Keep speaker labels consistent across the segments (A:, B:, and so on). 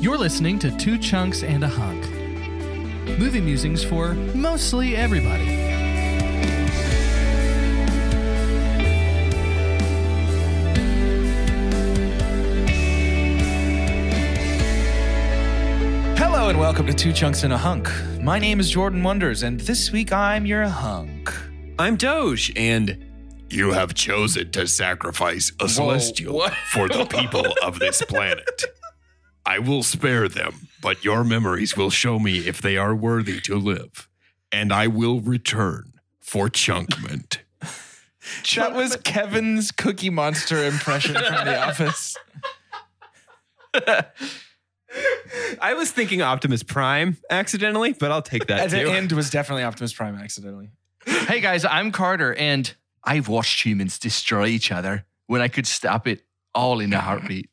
A: You're listening to Two Chunks and a Hunk. Movie musings for mostly everybody.
B: Hello and welcome to Two Chunks and a Hunk. My name is Jordan Wonders, and this week I'm your hunk.
C: I'm Doge, and you have chosen to sacrifice a celestial
B: what?
C: for the people of this planet. I will spare them, but your memories will show me if they are worthy to live, and I will return for chunkment.
B: That was Kevin's Cookie Monster impression from The Office.
D: I was thinking Optimus Prime accidentally, but I'll take that
B: At the
D: too.
B: end was definitely Optimus Prime accidentally.
A: Hey guys, I'm Carter, and I've watched humans destroy each other when I could stop it all in a heartbeat.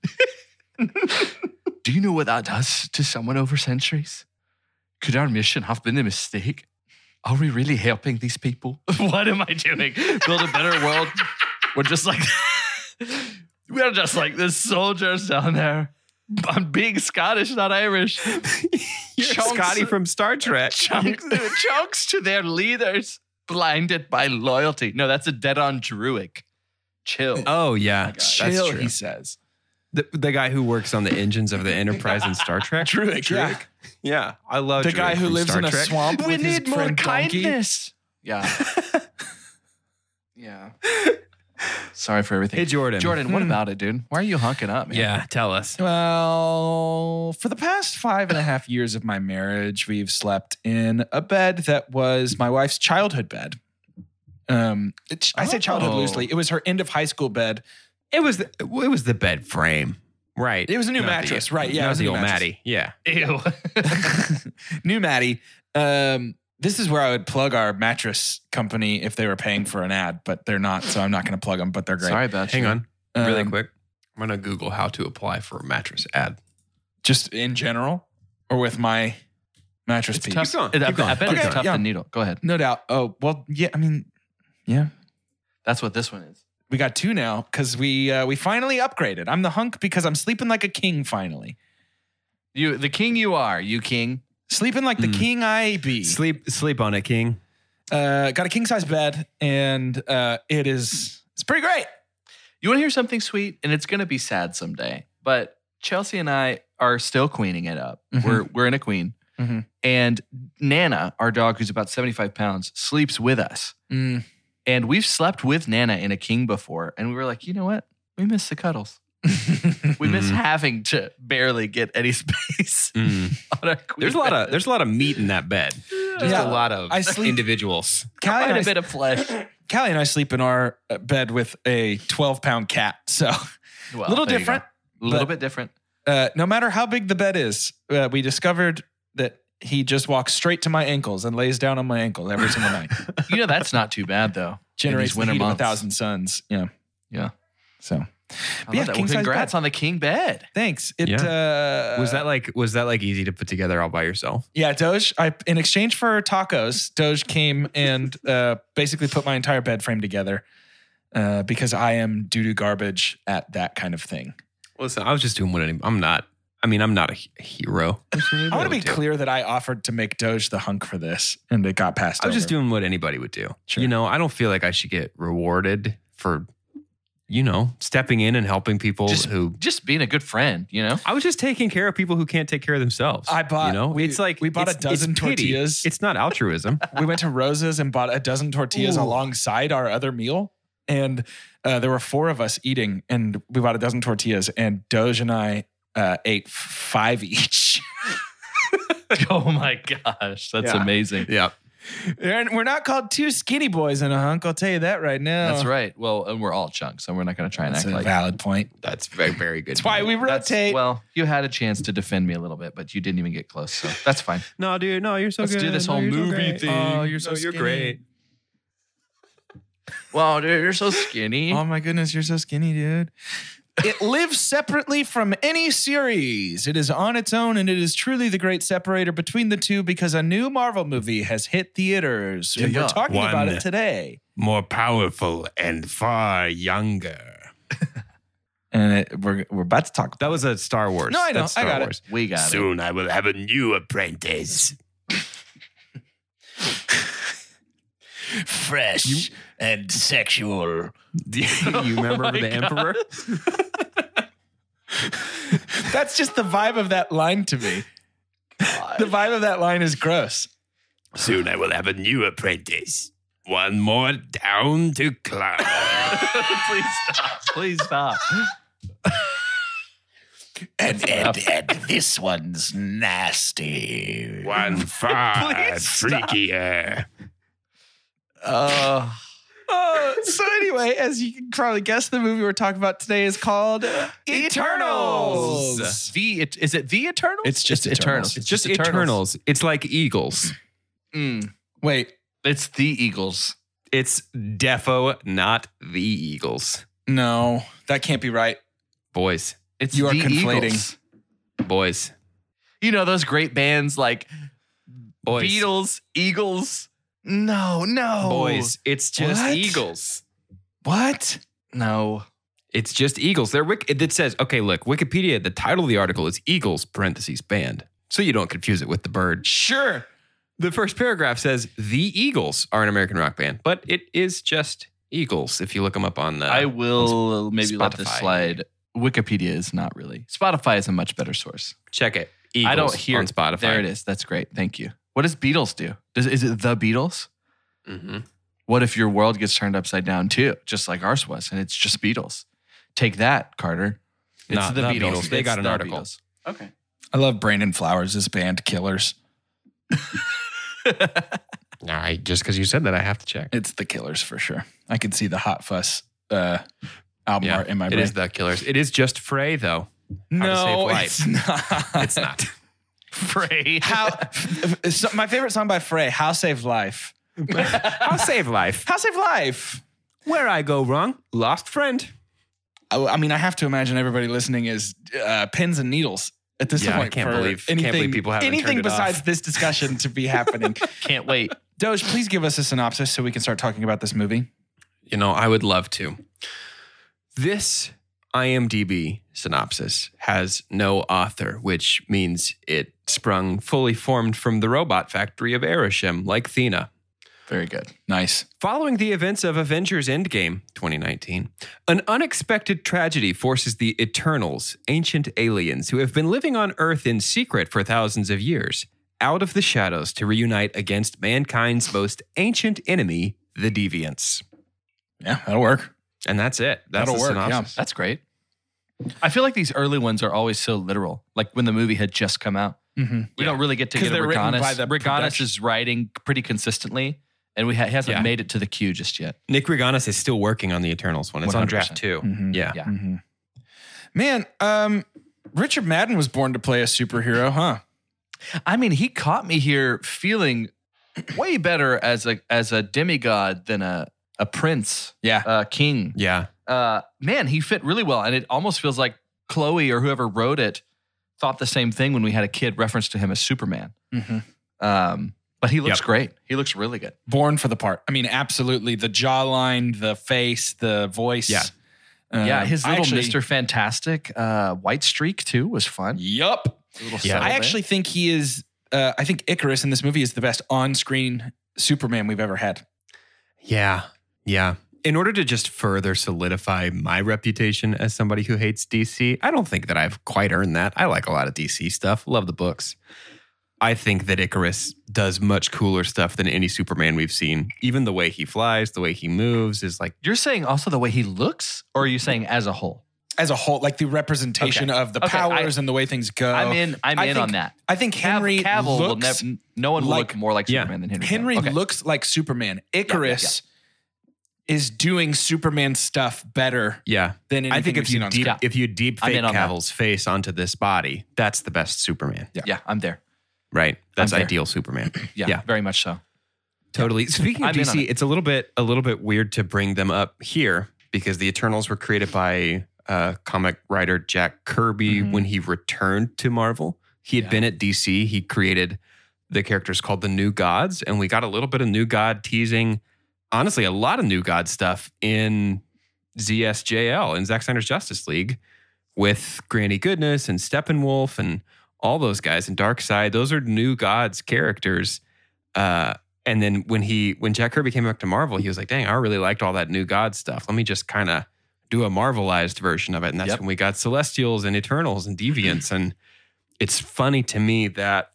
A: Do you know what that does to someone over centuries? Could our mission have been a mistake? Are we really helping these people? what am I doing? Build a better world? We're just like we're just like the soldiers down there. I'm being Scottish, not Irish.
D: You're
A: Chunks-
D: Scotty from Star Trek.
A: chunks, chunks to their leaders, blinded by loyalty. No, that's a dead on druic. Chill.
D: Oh yeah,
B: Chill, he says.
D: The, the guy who works on the engines of the Enterprise in Star Trek.
B: Druick, yeah.
D: Yeah, I love
B: The
D: Druick
B: guy who
D: from
B: lives
D: Star
B: in a
D: Trek.
B: swamp.
A: we
B: with his
A: need more
B: friend Donkey.
A: kindness. Yeah. yeah. Sorry for everything.
D: Hey Jordan.
A: Jordan, what about it, dude? Why are you honking up, man?
D: Yeah, tell us.
B: Well, for the past five and a half years of my marriage, we've slept in a bed that was my wife's childhood bed. Um, it- I say childhood
D: Oh.
B: loosely. It was her end of high school bed.
D: It was the, it was the bed frame, right?
B: It was a new
D: Not
B: mattress,
D: the-
B: right? Yeah,
D: not
B: it was a
D: the
B: new
D: old
B: mattress.
D: Matty. Yeah.
A: Ew.
B: new Maddie. Um, this is where I would plug our mattress company if they were paying for an ad, but they're not, so I'm not going to plug them. But they're great.
A: Sorry about
D: Hang
A: you.
D: on, really
B: Um,
D: quick. I'm gonna Google how to apply for a mattress ad.
B: Just in general, or with my mattress
A: It's
B: piece.
A: tough.
D: going,
A: I,
D: keep
A: I
D: going,
A: bet
B: keep
A: it's
B: going.
A: tough
B: Yeah.
A: the needle. Go ahead.
B: No doubt. Oh well, yeah. I mean, yeah.
A: That's what this one is.
B: We got two now because we uh, we finally upgraded. I'm the hunk because I'm sleeping like a king finally.
A: You, the king you are, you king.
B: Sleeping like the
D: Mm.
B: king I be.
D: Sleep sleep on it, King.
B: Uh, got a king size bed and uh, it is it's pretty great.
A: You want to hear something sweet, and it's going to be sad someday. But Chelsea and I are still queening it up.
B: Mhm.
A: We're we're in a queen,
B: Mhm.
A: and Nana, our dog, who's about seventy five pounds, sleeps with us.
B: Mm.
A: And we've slept with Nana in a king before, and we were like, you know what? We miss the cuddles. We miss
B: Mm-hmm.
D: Mhm.
A: having to barely get any space
B: Mm-hmm.
A: on our queen.
D: Mm. There's a lot of there's a lot of meat in that bed. Just
B: Yeah.
D: a lot of
B: I sleep-
D: individuals.
B: Callie, and
A: quite
B: I,
A: a bit of flesh.
B: Callie and I sleep in our uh, bed with a 12 pound cat. So
A: Well,
B: a little
A: there you go.
B: different.
A: A little
B: but-
A: bit different.
B: Uh, no matter how big the bed is, uh, we discovered that he just walks straight to my ankles and lays down on my ankles every single night.
A: You know that's not too bad though.
B: Generates winter
A: winter
B: the heat of a
A: months.
B: thousand suns. Yeah.
A: Yeah.
B: So
A: I
B: yeah,
A: love that. Well,
B: king-size
A: congrats on the king bed.
B: thanks. It uh,
D: was that like was that like easy to put together all by yourself?
B: Yeah, Doge. I in exchange for tacos, Doge came and uh, basically put my entire bed frame together uh, because I am doo doo garbage at that kind of thing.
D: Listen, I was just doing what any, I'm not. I mean, I'm not a he- hero.
B: I want to be clear that I offered to make Doge the hunk for this, and it got passed.
D: I was
B: over.
D: just doing what anybody would do.
B: Sure.
D: You know, I don't feel like I should get rewarded for, you know, stepping in and helping people
A: Just-
D: who.
A: Just being a good friend, you know.
D: I was just taking care of people who can't take care of themselves.
B: I bought-
D: You know,
B: we-
D: it's like
B: we bought a
D: it's- it's
B: dozen
D: pity.
B: tortillas.
D: It's not altruism.
B: we went to Rose's and bought a dozen tortillas
D: Ooh.
B: alongside our other meal. And uh, there were four of us eating, and we bought a dozen tortillas. And Doge and I uh, ate five each.
A: oh my gosh, that's
D: Yeah.
A: amazing.
D: yeah.
B: Aaron, We're not called two skinny boys and a hunk. I'll tell you that right now.
A: That's right. Well, and we're all chunks, and we're not going to try and
B: That's a
A: act like
B: valid point.
A: that's very, very good.
B: That's why we
A: That's-
B: rotate.
A: well, you had a chance to defend me a little bit, but you didn't even get close, so that's fine.
D: No, dude, no, you're so
A: Let's
D: good.
A: do this
D: No,
A: whole
D: you're so
A: movie
D: great.
A: thing.
D: Oh, you're so
B: No, you're
D: skinny.
B: great.
A: Wow, dude, you're so skinny.
B: Oh my goodness, you're so skinny, dude. It lives separately from any series. It is on its own, and it is truly the great separator between the two because a new Marvel movie has hit theaters. and
A: Yeah.
B: we're talking about
C: One.
B: it today.
C: More powerful and far younger.
B: And it, we're, we're about to talk
D: That was a Star Wars.
B: No, I know.
D: That's
B: I
D: Star
B: got it.
D: Wars.
A: we got it.
C: Soon I will have a new apprentice.
E: fresh and sexual.
D: Do you remember the Emperor?
B: That's just the vibe of that line to me. The vibe of that line is gross.
C: Soon I will have a new apprentice. One more down to climb.
A: Please stop. Please stop.
E: And, and, and this one's nasty.
C: One far
A: Please stop.
C: freakier.
A: Uh,
B: Oh, so anyway, as you can probably guess, the movie we're talking about today is called Eternals.
A: the it- is it the Eternals?
B: It's just Eternals.
A: It's
D: Just Eternals. It's like Eagles.
A: Mm,
B: Wait,
A: it's the Eagles.
D: It's defo, not the Eagles.
B: no, that can't be right.
D: Boys,
A: It's
B: You are
A: the
B: conflating.
A: Eagles.
D: boys,
A: You know those great bands like
D: boys,
A: Beatles, Eagles. No, no,
D: boys. It's just
B: What?
D: Eagles.
B: What?
A: no.
D: It's just Eagles. They're wik- it says okay. Look, Wikipedia. The title of the article is Eagles (parentheses band), so you don't confuse it with the bird.
B: Sure.
D: The first paragraph says the Eagles are an American rock band, but it is just Eagles. If you look them up on the,
A: I will maybe let this
D: Spotify.
A: slide. Wikipedia is not really. Spotify is a much better source.
D: check it. Eagles
A: I don't hear
D: on Spotify.
A: There it is. That's great. Thank you. What does Beatles do? Does is it the Beatles?
D: Mm-hmm.
A: What if your world gets turned upside down too, just like ours was, and it's just Beatles? Take that, Carter. It's
D: Not
A: the,
D: the
A: Beatles.
D: Beatles. They
A: It's
D: got an
A: the
D: article.
A: Beatles. Okay.
B: I love Brandon Flowers' band Killers.
D: All right, just because you said that, I have to check.
B: It's the Killers for sure. I can see the Hot Fuss uh, album
D: Yeah,
B: art in my
D: It
B: brain.
D: is the Killers. It is just Frey though. to Save
B: no,
D: Life.
B: it's not.
D: It's not.
A: Frey.
B: How? so my favorite song by Frey, "How Save Life."
D: I'll save life.
B: How Save Life.
D: Where I go wrong, lost friend.
B: I, I mean, I have to imagine everybody lining is uh, pins and needles at this
D: Yeah, I
B: point.
D: can't
B: for
D: believe- can't
B: anything,
D: believe people haven't turned
B: anything
D: it
B: besides
D: off.
B: this discussion to be happening.
A: Can't wait.
B: Doge, please give us a synopsis so we can start talking about this movie.
D: You know, I would love to. This IMDb synopsis has no author, which means it sprung fully formed from the robot factory of Arishem, like Thena.
A: Very good.
B: Nice.
D: Following the events of Avengers Endgame 2019, an unexpected tragedy forces the Eternals, ancient aliens who have been living on Earth in secret for thousands of years, out of the shadows to reunite against mankind's most ancient enemy, the Deviants.
B: Yeah, that'll work.
D: And that's it. That's
B: That'll
D: the
B: work,
D: synopsis.
A: Oh, That's great. I feel like these early ones are always so literal. Like when the movie had just come out,
B: Mm-hmm.
A: we don't really get to
B: 'Cause
A: get a
B: they're written by the
A: Reganis. Reganis
B: production.
A: is writing pretty consistently, and we ha- he hasn't
D: Yeah.
A: made it to the queue just yet.
D: Nick Reganis is still working on the Eternals one. It's on draft
A: 100%.
D: two.
B: Mhm.
D: Yeah.
A: Yeah.
B: Mhm. Man, um, Richard Madden was born to play a superhero, huh?
A: I mean, he caught me here feeling way better as a as a demigod than a a prince,
B: Yeah.
A: a king.
D: Yeah.
A: Uh, man, he fit really well, and it almost feels like Chloe or whoever wrote it thought the same thing when we had a kid reference to him as Superman.
B: Mm-hmm.
A: Um, but he looks
D: Yep.
A: great. He looks really good.
B: Born for the part. I mean, absolutely. The jawline, the face, the voice.
D: Yeah.
B: Um,
A: yeah, his
B: I
A: little
B: actually-
A: Mister Fantastic, uh, White Streak too was fun.
B: Yup.
A: Little
D: Yeah.
A: subtle
B: I
A: bit.
B: actually think he is. Uh, I think Icarus in this movie is the best on-screen Superman we've ever had.
D: Yeah. Yeah. In order to just further solidify my reputation as somebody who hates DC, I don't think that I've quite earned that. I like a lot of DC stuff, love the books. I think that Icarus does much cooler stuff than any Superman we've seen. Even the way he flies, the way he moves is like
A: You're saying also the way he looks, or are you saying as a whole?
B: as a whole, like the representation
A: Okay.
B: of the
A: Okay,
B: powers and the way things go.
A: I'm in. I'm
B: Uh, I
A: in
B: think-
A: on that.
B: I think
A: Cav-
B: Henry
A: Cavill will
B: looks
A: nev- no one will
B: like-
A: look more like
D: Yeah.
A: Superman than Henry.
B: Henry
A: Cavill. Okay.
B: looks like Superman. Icarus is doing Superman stuff better
D: Yeah.
B: than anything
D: I think
B: we've
D: if
B: seen
D: you
B: on
D: deep
B: screen.
A: screen.
D: if you deep
A: I'm
D: fake
A: in on that.
D: Cavill's face onto this body, that's the best Superman.
B: Yeah.
A: Yeah, I'm there.
D: Right. That's
A: I'm there.
D: ideal Superman.
A: Yeah,
D: Yeah.
A: very much so.
D: Totally. Speaking of
A: I'm in on
D: DC, it's a little bit a little bit weird to bring them up here because the Eternals were created by uh, comic writer Jack Kirby
B: Mhm.
D: when he returned to Marvel. He had
A: Mm-hmm. Yeah.
D: been at DC. He created the characters called the New Gods, and we got a little bit of New God teasing. Honestly, a lot of New God stuff in ZSJL in Zack Snyder's Justice League with Granny Goodness and Steppenwolf and all those guys and Dark Side. Those are New Gods characters. Uh, and then when he when Jack Kirby came back to Marvel, he was like, "Dang, I really liked all that new God stuff. Let me just kind of do a Marvelized version of it." And that's
A: Yep.
D: when we got Celestials and Eternals and Deviants. and it's funny to me that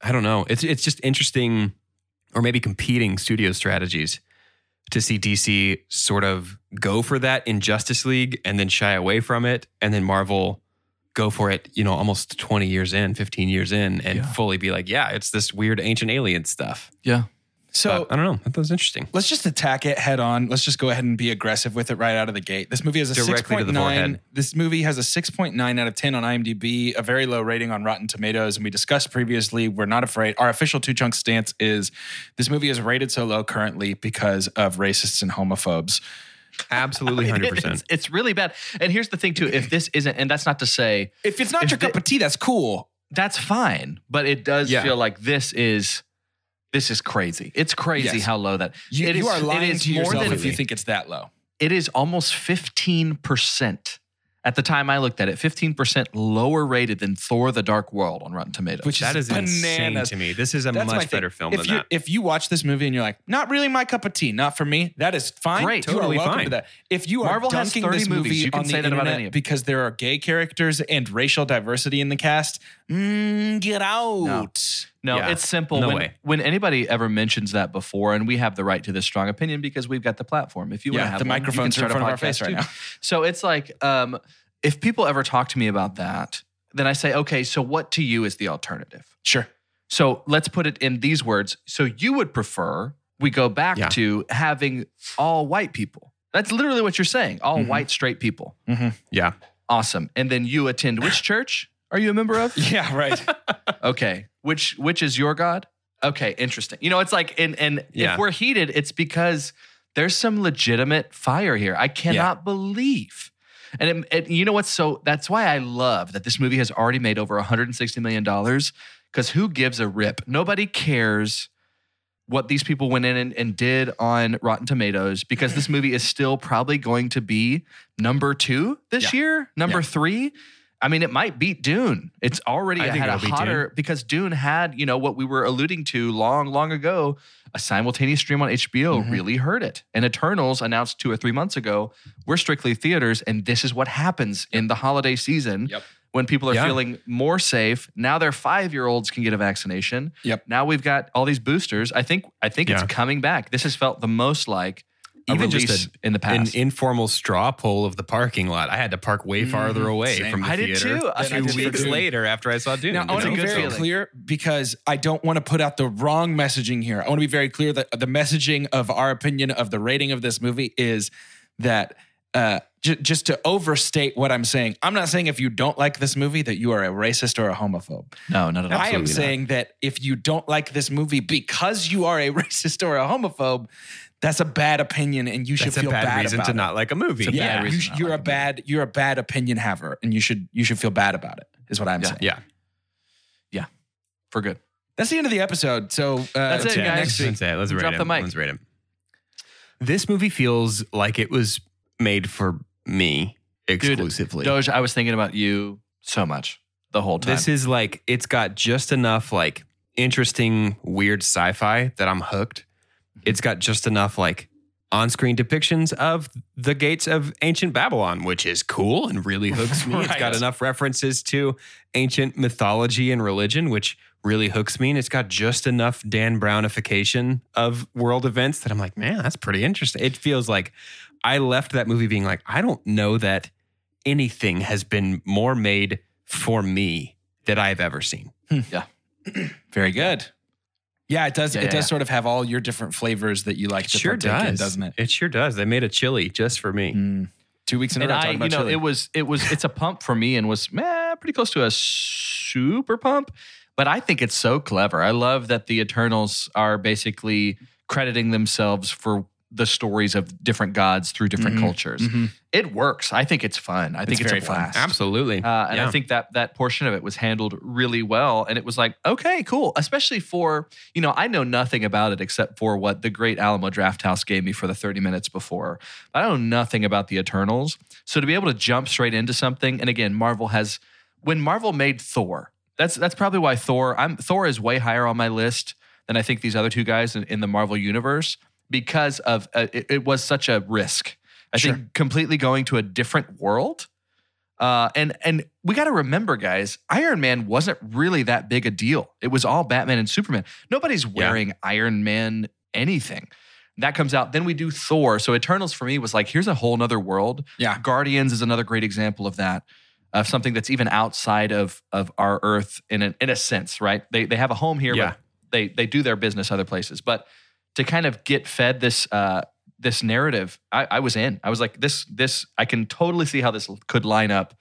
D: I don't know. It's it's just interesting, or maybe competing studio strategies to see DC sort of go for that in Justice League and then shy away from it, and then Marvel go for it. You know, almost twenty years in, fifteen years in, and
A: Yeah.
D: fully be like, "Yeah, it's this weird ancient alien stuff."
B: so
D: But I don't know. That was interesting.
B: let's just attack it head on. Let's just go ahead and be aggressive with it right out of the gate. This movie has a
D: Directly to the
B: 6.9.
D: forehead.
B: This movie has a 6.9 out of 10 on IMDb, a very low rating on Rotten Tomatoes. And we discussed previously, we're not afraid. Our official two chunk stance is this movie is rated so low currently because of racists and homophobes.
D: Absolutely,
A: I mean, it- It's, it's really bad. And here's the thing too: if this isn't, and that's not to say
B: If it's not
A: If
B: your
A: they-
B: cup of tea, that's cool.
A: that's fine, but it does
D: Yeah.
A: feel like this is this is crazy. It's crazy
B: Yes.
A: how low that
B: You,
A: it
B: you
A: is-
B: are
A: it
B: lying
A: is
B: to
A: more
B: yourself
A: than-
B: if you think it's that low.
A: it is almost 15% at the time I looked at it, 15% lower rated than Thor the Dark World on Rotten Tomatoes.
B: Which
D: That is insane
B: bananas.
D: to me. This is a
B: That's my
D: much
B: thing.
D: better film
B: if
D: than
B: you,
D: that.
B: If you watch this movie and you're like, not really my cup of tea, not for me, that is fine.
A: Great.
B: You are
D: Totally
B: welcome
D: fine.
B: To that. If you are
A: Marvel has
B: dunking
A: 30
B: this movie
A: movies. You can
B: on the
A: say that about
B: internet
A: any of them.
B: because there are gay characters and racial diversity in the cast, mm, get out.
A: no,
D: Yeah.
A: it's simple.
D: No
A: when,
D: way.
A: when anybody ever mentions that before, and we have the right to this strong opinion because we've got the platform. If you want
B: Yeah,
A: to have
B: the
A: one, you can
B: microphone's in
A: start a
B: front of our
A: podcast
B: face right
A: too.
B: now.
A: So it's like, um, if people ever talk to me about that, then I say, okay, so what to you is the alternative?
B: Sure.
A: So let's put it in these words. So you would prefer we go back
D: Yeah.
A: to having all white people. That's literally what you're saying.
B: Mm-hmm.
A: All white straight people.
D: Yeah.
A: Awesome. And then you attend which church are you a member of?
B: Yeah, right.
A: Okay. Which which is your god? Okay, interesting. You know, it's like and and
D: Yeah.
A: if we're heated, it's because there's some legitimate fire here. I cannot believe. And it, it- you know what's so that's why I love that this movie has already made over 160 million dollars cuz who gives a rip? Nobody cares what these people went in and, and did on Rotten Tomatoes because this movie is still probably going to be number 2 this year, number 3. I mean, it might beat Dune. It's already
D: I think
A: had a
D: it'll beat
A: hotter because Dune had, you know, what we were alluding to long, long ago. A simultaneous stream on HBO
D: Mm-hmm.
B: Mhm.
A: really hurt it. And Eternals announced two or three months ago, we're strictly theaters, and this is what happens in the holiday season
B: Yep.
A: when people are
D: Yeah.
A: feeling more safe. Now their five year olds can get a vaccination.
B: Yep.
A: Now we've got all these boosters. I think I think
D: Yeah.
A: it's coming back. This has felt the most like a
D: Even
A: release
D: just
A: in the
D: An
A: past.
D: informal straw poll of the parking lot. I had to park way farther away
B: Mm, same.
D: from the
A: I did
D: theater.
A: too. I
D: Two
B: did too.
D: weeks later, after I saw Dune.
B: Now, I want
A: It's
B: to
A: a
B: be
A: good
B: very
A: feeling.
B: clear because I don't want to put out the wrong messaging here. I want to be very clear that the messaging of our opinion of the rating of this movie is that uh, j- just to overstate what I'm saying, I'm not saying if you don't like this movie that you are a racist or a homophobe.
A: no, not at all.
B: I am saying that if you don't like this movie because you are a racist or a homophobe, that's a bad opinion and you should
D: That's a
B: feel
D: bad, reason
B: about
D: to
B: it.
D: not like a movie.
A: It's a bad
B: Yeah, you,
A: reason
B: sh-
A: not
B: you're
A: like
B: a
A: it.
B: bad you're a bad opinion haver and you should you should feel bad about it is what I'm saying.
D: yeah.
A: for good.
B: That's the end of the episode. So uh,
A: That's it,
B: tune in
A: guys.
B: next week.
D: That's it. Let's rate
A: Drop
D: it.
A: the mic.
D: Let's rate it. This movie feels like it was made for me exclusively.
A: Doge, I was thinking about you so much the whole time.
D: This is like it's got just enough like interesting weird sci-fi that I'm hooked. It's got just enough like on-screen depictions of the gates of ancient Babylon, which is cool and really hooks me. It's got
B: Right.
D: enough references to ancient mythology and religion, which really hooks me. And it's got just enough Dan Brownification of world events that I'm like, man, that's pretty interesting. It feels like I left that movie being like, I don't know that anything has been more made for me that I've ever seen.
B: Very good. Yeah, it does.
A: Yeah,
B: it
A: yeah,
B: does
A: yeah.
B: sort of have all your different flavors that you like to partake in, doesn't it?
D: It sure does. They made a chili just for me.
B: Mm. Two weeks in a
A: and
B: row
A: I,
B: talking
A: you know,
B: about chili.
A: it was, it was, it's a pump for me and was meh, pretty close to a super pump. But I think it's so clever. I love that the Eternals are basically crediting themselves for the stories of different gods through different
B: Mhm.
A: cultures.
B: Mhm.
A: It works. I think it's fun. I think Mm-hmm. it's,
B: very
A: a
B: fun.
A: blast.
D: Absolutely.
A: Uh, and
D: Yeah.
A: I think that that portion of it was handled really well. And it was like, okay, cool. Especially for, you know, I know nothing about it except for what the great Alamo Drafthouse gave me for the 30 minutes before. I know nothing about the Eternals. So to be able to jump straight into something, and again, Marvel has when Marvel made Thor, that's that's probably why Thor, I'm Thor is way higher on my list than I think these other two guys in, in the Marvel universe because of uh, it, it was such a risk. I think completely going to a different world. Uh, and and we got to remember, guys, Iron Man wasn't really that big a deal. It was all Batman and Superman. Nobody's wearing Iron Man anything. That comes out. Then we do Thor. So Eternals for me was like, here's a whole nother world.
B: Yeah.
A: Guardians is another great example of that, of something that's even outside of of our Earth in a, in a sense, right? They they have a home here,
D: Yeah.
A: but they they do their business other places. But to kind of get fed this uh, this narrative, I, I was in. I was like, this this I can totally see how this could line up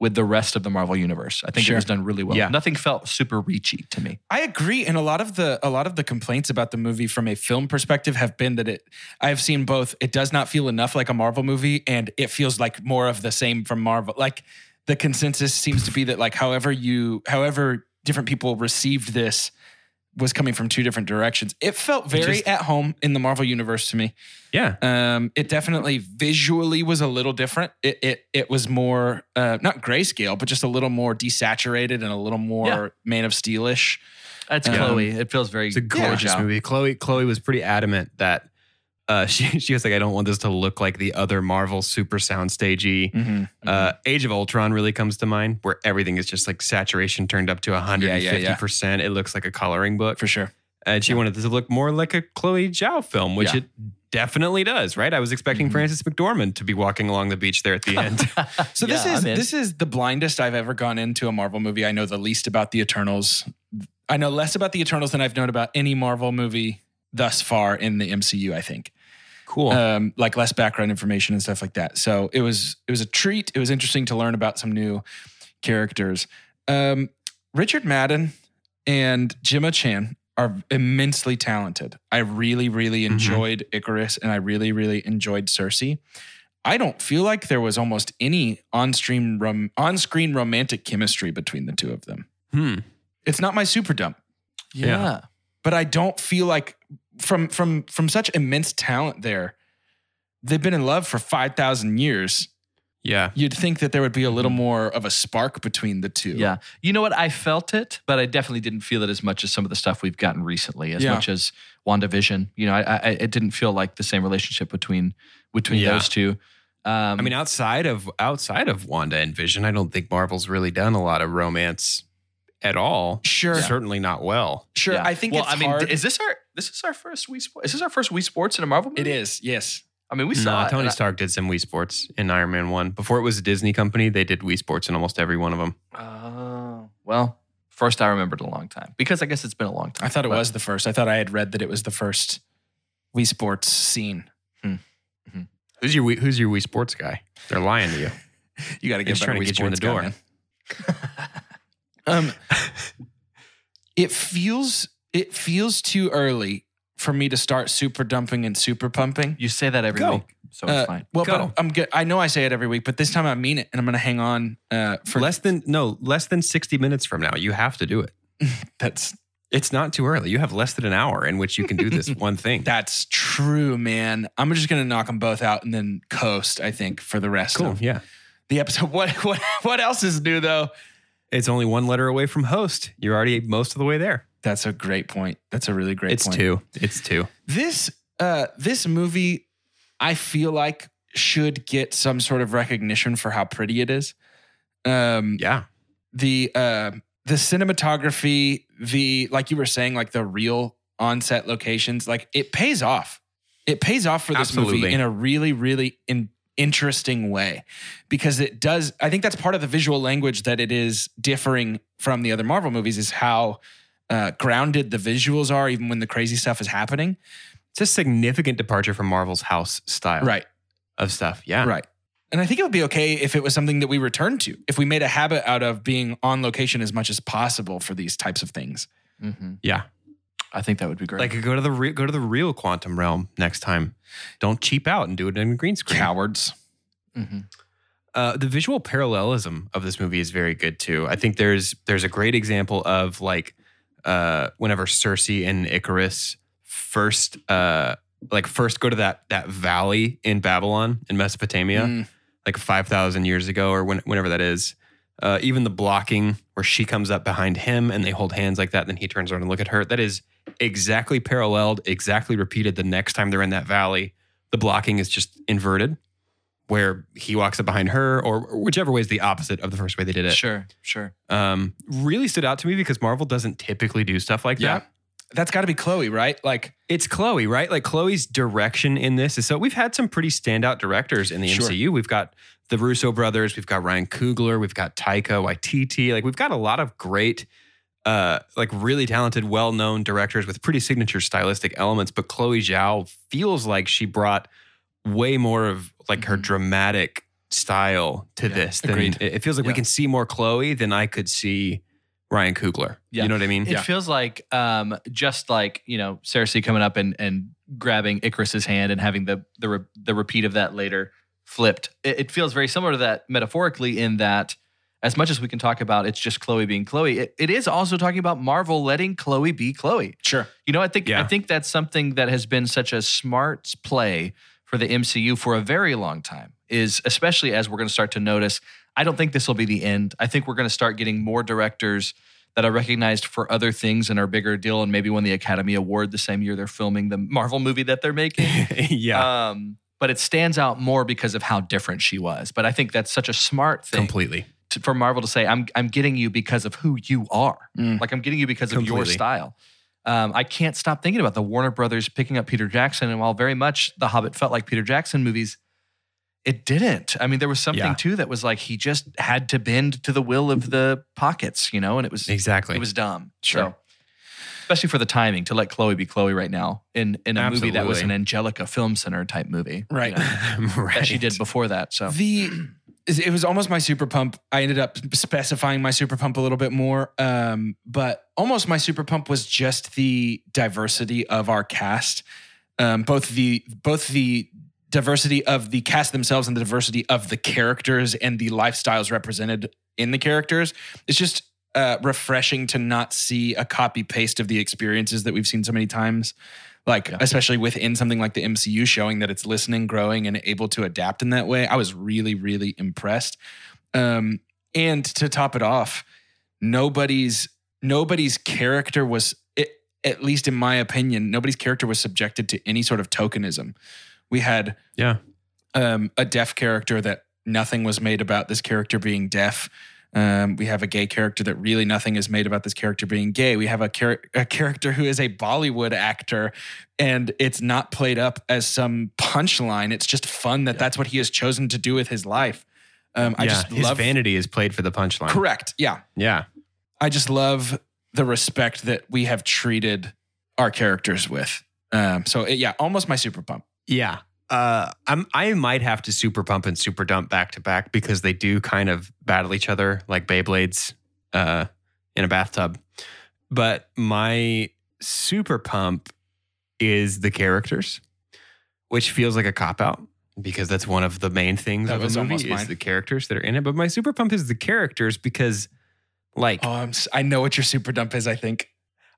A: with the rest of the Marvel universe. I think
B: Sure.
A: it was done really well.
D: Yeah.
A: Nothing felt super reachy to me.
B: I agree, and a lot of the a lot of the complaints about the movie from a film perspective have been that it. I have seen both. It does not feel enough like a Marvel movie, and it feels like more of the same from Marvel. Like the consensus seems to be that like however you however different people received this was coming from two different directions. It felt very
D: Just-
B: at home in the Marvel universe to me.
D: yeah.
B: Um, it definitely visually was a little different. It it it was more uh, not grayscale, but just a little more desaturated and a little more
A: Yeah.
B: Man of Steelish.
A: That's
B: Um,
A: Chloe. It feels very
D: It's a gorgeous
A: Yeah.
D: movie. Chloe Chloe was pretty adamant that uh, she she was like, I don't want this to look like the other Marvel super soundstagey.
B: Mm-hmm.
D: Uh, Age of Ultron really comes to mind, where everything is just like saturation turned up to 150%.
B: yeah, yeah.
D: It looks like a coloring book.
B: For sure.
D: And she wanted this to look more like a Chloe Zhao film, which
A: Yeah.
D: it definitely does, right? I was expecting
A: Mhm.
D: Frances McDormand to be walking along the beach there at the end.
B: So this
A: Yeah,
B: is
A: I'm in.
B: this is the blindest I've ever gone into a Marvel movie. I know the least about the Eternals. I know less about the Eternals than I've known about any Marvel movie thus far in the MCU. I think,
D: cool.
B: um, like less background information and stuff like that. So it was it was a treat. It was interesting to learn about some new characters. Um, Richard Madden and Jimma Chan are immensely talented. I really, really
D: Mhm.
B: enjoyed Icarus and I really, really enjoyed Cersei. I don't feel like there was almost any on-stream rom- on-screen romantic chemistry between the two of them.
D: hmm.
B: It's not my super dump,
A: Yeah.
D: Yeah.
B: but I don't feel like from from from such immense talent there. They've been in love for 5,000 years.
D: Yeah.
B: You'd think that there would be a little more of a spark between the two.
A: Yeah. You know what? I felt it, but I definitely didn't feel it as much as some of the stuff we've gotten recently, as
B: Yeah.
A: much as WandaVision. You know, I, I it didn't feel like the same relationship between between
D: Yeah.
A: those two. Um,
D: I mean, outside of outside of Wanda and Vision, I don't think Marvel's really done a lot of romance at all.
B: Sure.
D: Certainly not well.
B: Sure.
A: yeah.
B: I think
A: Well,
B: it's
A: I mean,
B: hard.
A: is this our this is our first Wii Sports? Is this our first Wii Sports in a Marvel movie?
B: it is. Yes.
A: I mean, we saw
D: No,
A: it,
D: Tony
A: and I-
D: Stark did some Wii Sports in Iron Man 1. Before it was a Disney company, they did Wii Sports in almost every one of them.
A: Oh, well, first I remembered a long time because I guess it's been a long time.
B: I thought it
A: But-
B: was the first. I thought I had read that it was the first Wii Sports scene.
D: Who's your Wii, who's your Wii Sports guy? They're lying to you.
B: You got to get
D: He's
B: better
D: trying to
B: Wii
D: get you in the
B: Sports guy,
D: door.
B: man. um, it feels it feels too early for me to start super dumping and super pumping.
A: You say that every
D: Go.
A: week, so it's
B: Uh,
A: fine.
B: Well,
D: Go.
B: but I'm good. I know I say it every week, but this time I mean it, and I'm going to hang on uh, for
D: For less than no, less than 60 minutes from now, you have to do it.
B: That's
D: It's not too early. You have less than an hour in which you can do this one thing.
B: that's true, man. I'm just going to knock them both out and then coast. I think for the rest
D: cool.
B: of
D: Yeah.
B: the episode. What what what else is new though?
D: It's only one letter away from host. You're already most of the way there.
B: That's a great point. That's a really great
D: it's
B: point.
D: two. It's two.
B: This uh this movie I feel like should get some sort of recognition for how pretty it is. Um
D: Yeah.
B: the uh the cinematography, the like you were saying like the real on-set locations, like it pays off. It pays off for this movie
D: Absolutely.
B: in a really really in interesting way because it does. I think that's part of the visual language that it is differing from the other Marvel movies is how uh, grounded the visuals are, even when the crazy stuff is happening.
D: It's a significant departure from Marvel's house style
B: Right.
D: of stuff. Yeah.
B: Right. And I think it would be okay if it was something that we returned to, if we made a habit out of being on location as much as possible for these types of things.
A: Mhm.
D: Yeah.
A: I think that would be great.
D: Like go to the re- go to the real quantum realm next time. Don't cheap out and do it in a green screen.
B: Cowards.
A: Mhm.
D: Uh, the visual parallelism of this movie is very good too. I think there's there's a great example of like uh, whenever Circe and Icarus first uh, like first go to that that valley in Babylon in Mesopotamia,
B: Mm.
D: like five thousand years ago or when, whenever that is. Uh, even the blocking where she comes up behind him and they hold hands like that, then he turns around and look at her. That is exactly paralleled, exactly repeated. The next time they're in that valley, the blocking is just inverted, where he walks up behind her, or or whichever way is the opposite of the first way they did it.
A: Sure, sure.
D: Um, really stood out to me because Marvel doesn't typically do stuff like
B: Yeah.
D: that.
B: That's got to be Chloe, right? Like,
D: It's Chloe, right? Like Chloe's direction in this is so we've had some pretty standout directors in the
B: Sure.
D: MCU. We've got the Russo brothers, we've got Ryan Coogler, we've got Taika Waititi. Like we've got a lot of great, uh, like really talented, well-known directors with pretty signature stylistic elements. But Chloe Zhao feels like she brought way more of like her
A: Mhm.
D: dramatic style to
A: Yeah,
D: this. Than,
A: agreed.
D: It it feels like we
A: Yeah.
D: can see more Chloe than I could see Ryan Coogler.
A: Yeah.
D: You know what I mean?
A: It feels like um, just like you know Cersei coming up and and grabbing Icarus's hand and having the the re- the repeat of that later flipped. It, it feels very similar to that metaphorically in that as much as we can talk about it's just Chloe being Chloe, it, it is also talking about Marvel letting Chloe be Chloe.
B: sure.
A: You know, I think I
D: Yeah.
A: think that's something that has been such a smart play for the MCU for a very long time. Is especially as we're going to start to notice. I don't think this will be the end. I think we're going to start getting more directors that are recognized for other things and are bigger deal, and maybe won the Academy Award the same year they're filming the Marvel movie that they're making.
D: yeah.
A: Um, but it stands out more because of how different she was. But I think that's such a smart thing
D: completely.
A: to, for Marvel to say, "I'm I'm getting you because of who you are.
B: Mm.
A: Like I'm getting you because of your
D: Completely.
A: style." Um, I can't stop thinking about the Warner Brothers picking up Peter Jackson, and while very much The Hobbit felt like Peter Jackson movies, it didn't. I mean, there was something
D: Yeah.
A: too that was like he just had to bend to the will of the pockets, you know, and it was
D: Exactly.
A: it was dumb.
D: Sure.
A: So, especially for the timing to let Chloe be Chloe right now in in a movie that was an
D: Absolutely.
A: Angelica Film Center type movie, you
B: Right.
A: know,
D: right.
A: that she did before that. So
B: The it was almost my super pump. I ended up specifying my super pump a little bit more, um, but almost my super pump was just the diversity of our cast, um, both the both the diversity of the cast themselves and the diversity of the characters and the lifestyles represented in the characters. It's just uh, refreshing to not see a copy paste of the experiences that we've seen so many times. Like,
A: Yeah.
B: especially within something like the MCU, showing that it's listening, growing, and able to adapt in that way. I was really, really impressed. Um, and to top it off, nobody's nobody's character was, it, at least in my opinion, nobody's character was subjected to any sort of tokenism. We had
D: Yeah.
B: um, a deaf character that nothing was made about this character being deaf. Um, we have a gay character that really nothing is made about this character being gay. We have a, char- a character who is a Bollywood actor, and it's not played up as some punchline. It's just fun that that's what he has chosen to do with his life. Um, I
D: Yeah,
B: just
D: his
B: love
D: vanity is played for the punchline.
B: Correct. Yeah.
D: Yeah.
B: I just love the respect that we have treated our characters with. Um, so it, yeah, almost my super pump.
D: Yeah. Uh, I'm, I might have to super pump and super dump back to back because they do kind of battle each other like Beyblades uh, in a bathtub. But my super pump is the characters, which feels like a cop out because that's one of the main things
B: That
D: of
B: was
D: a
B: almost
D: movie
B: mine.
D: is the characters that are in it. But my super pump is the characters because, like,
B: Oh, I'm, si know what your super dump is. I think.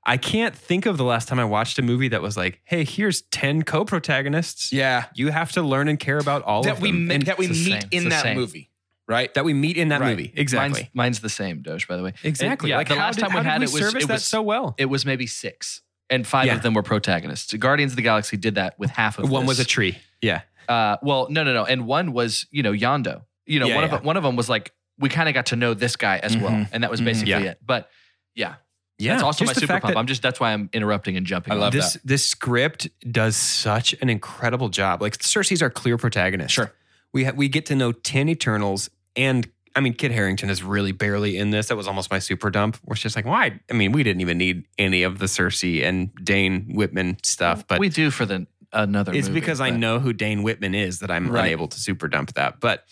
D: I can't think of the last time I watched a movie that was like, hey, here's 10 co protagonists.
B: Yeah.
D: You have to learn and care about all
B: that
D: of
B: we
D: them.
B: ma-
D: and
B: that we
A: it's the
B: meet
A: same. It's
B: in
A: the
B: that
A: same.
B: movie, right?
D: that we meet in that
B: Right.
D: movie. Exactly.
A: mine's, mine's the same, Doge. By the way,
D: exactly.
A: yeah,
D: like
A: the
D: how
A: last
D: did,
A: time we
D: how did
A: had
D: we
A: it was-
D: service
A: it
D: that
A: was-
D: so well?
A: it was maybe six, and five
D: Yeah.
A: of them were protagonists. Guardians of the Galaxy did that with half of
D: One was a
A: this.
D: tree. Yeah.
A: uh, well, no, no, no, and one was you know Yondo. You know,
D: Yeah,
A: one
D: yeah. Mm-hmm.
A: of one of them was like we kind of got to know this guy as well,
B: Mhm.
A: and that was
B: Mhm.
A: basically
D: Yeah.
A: it. But yeah,
D: Yeah.
A: that's also
D: Just
A: my
D: the
A: super
D: fact
A: pump.
D: that
A: I'm just that's why I'm interrupting and jumping.
B: I
A: on
B: love
A: that.
D: this this script does such an incredible job. Like Cersei's our clear protagonist.
B: Sure.
D: We ha- we get to know ten Eternals, and I mean, Kit Harrington is really barely in this. That was almost my super dump. Where it's just like, why? I mean, we didn't even need any of the Cersei and Dane Whitman stuff, but
A: we do for the another.
D: it's
A: movie,
D: because I
A: but-
D: know who Dane Whitman is that I'm
A: Right.
D: unable to super dump that. But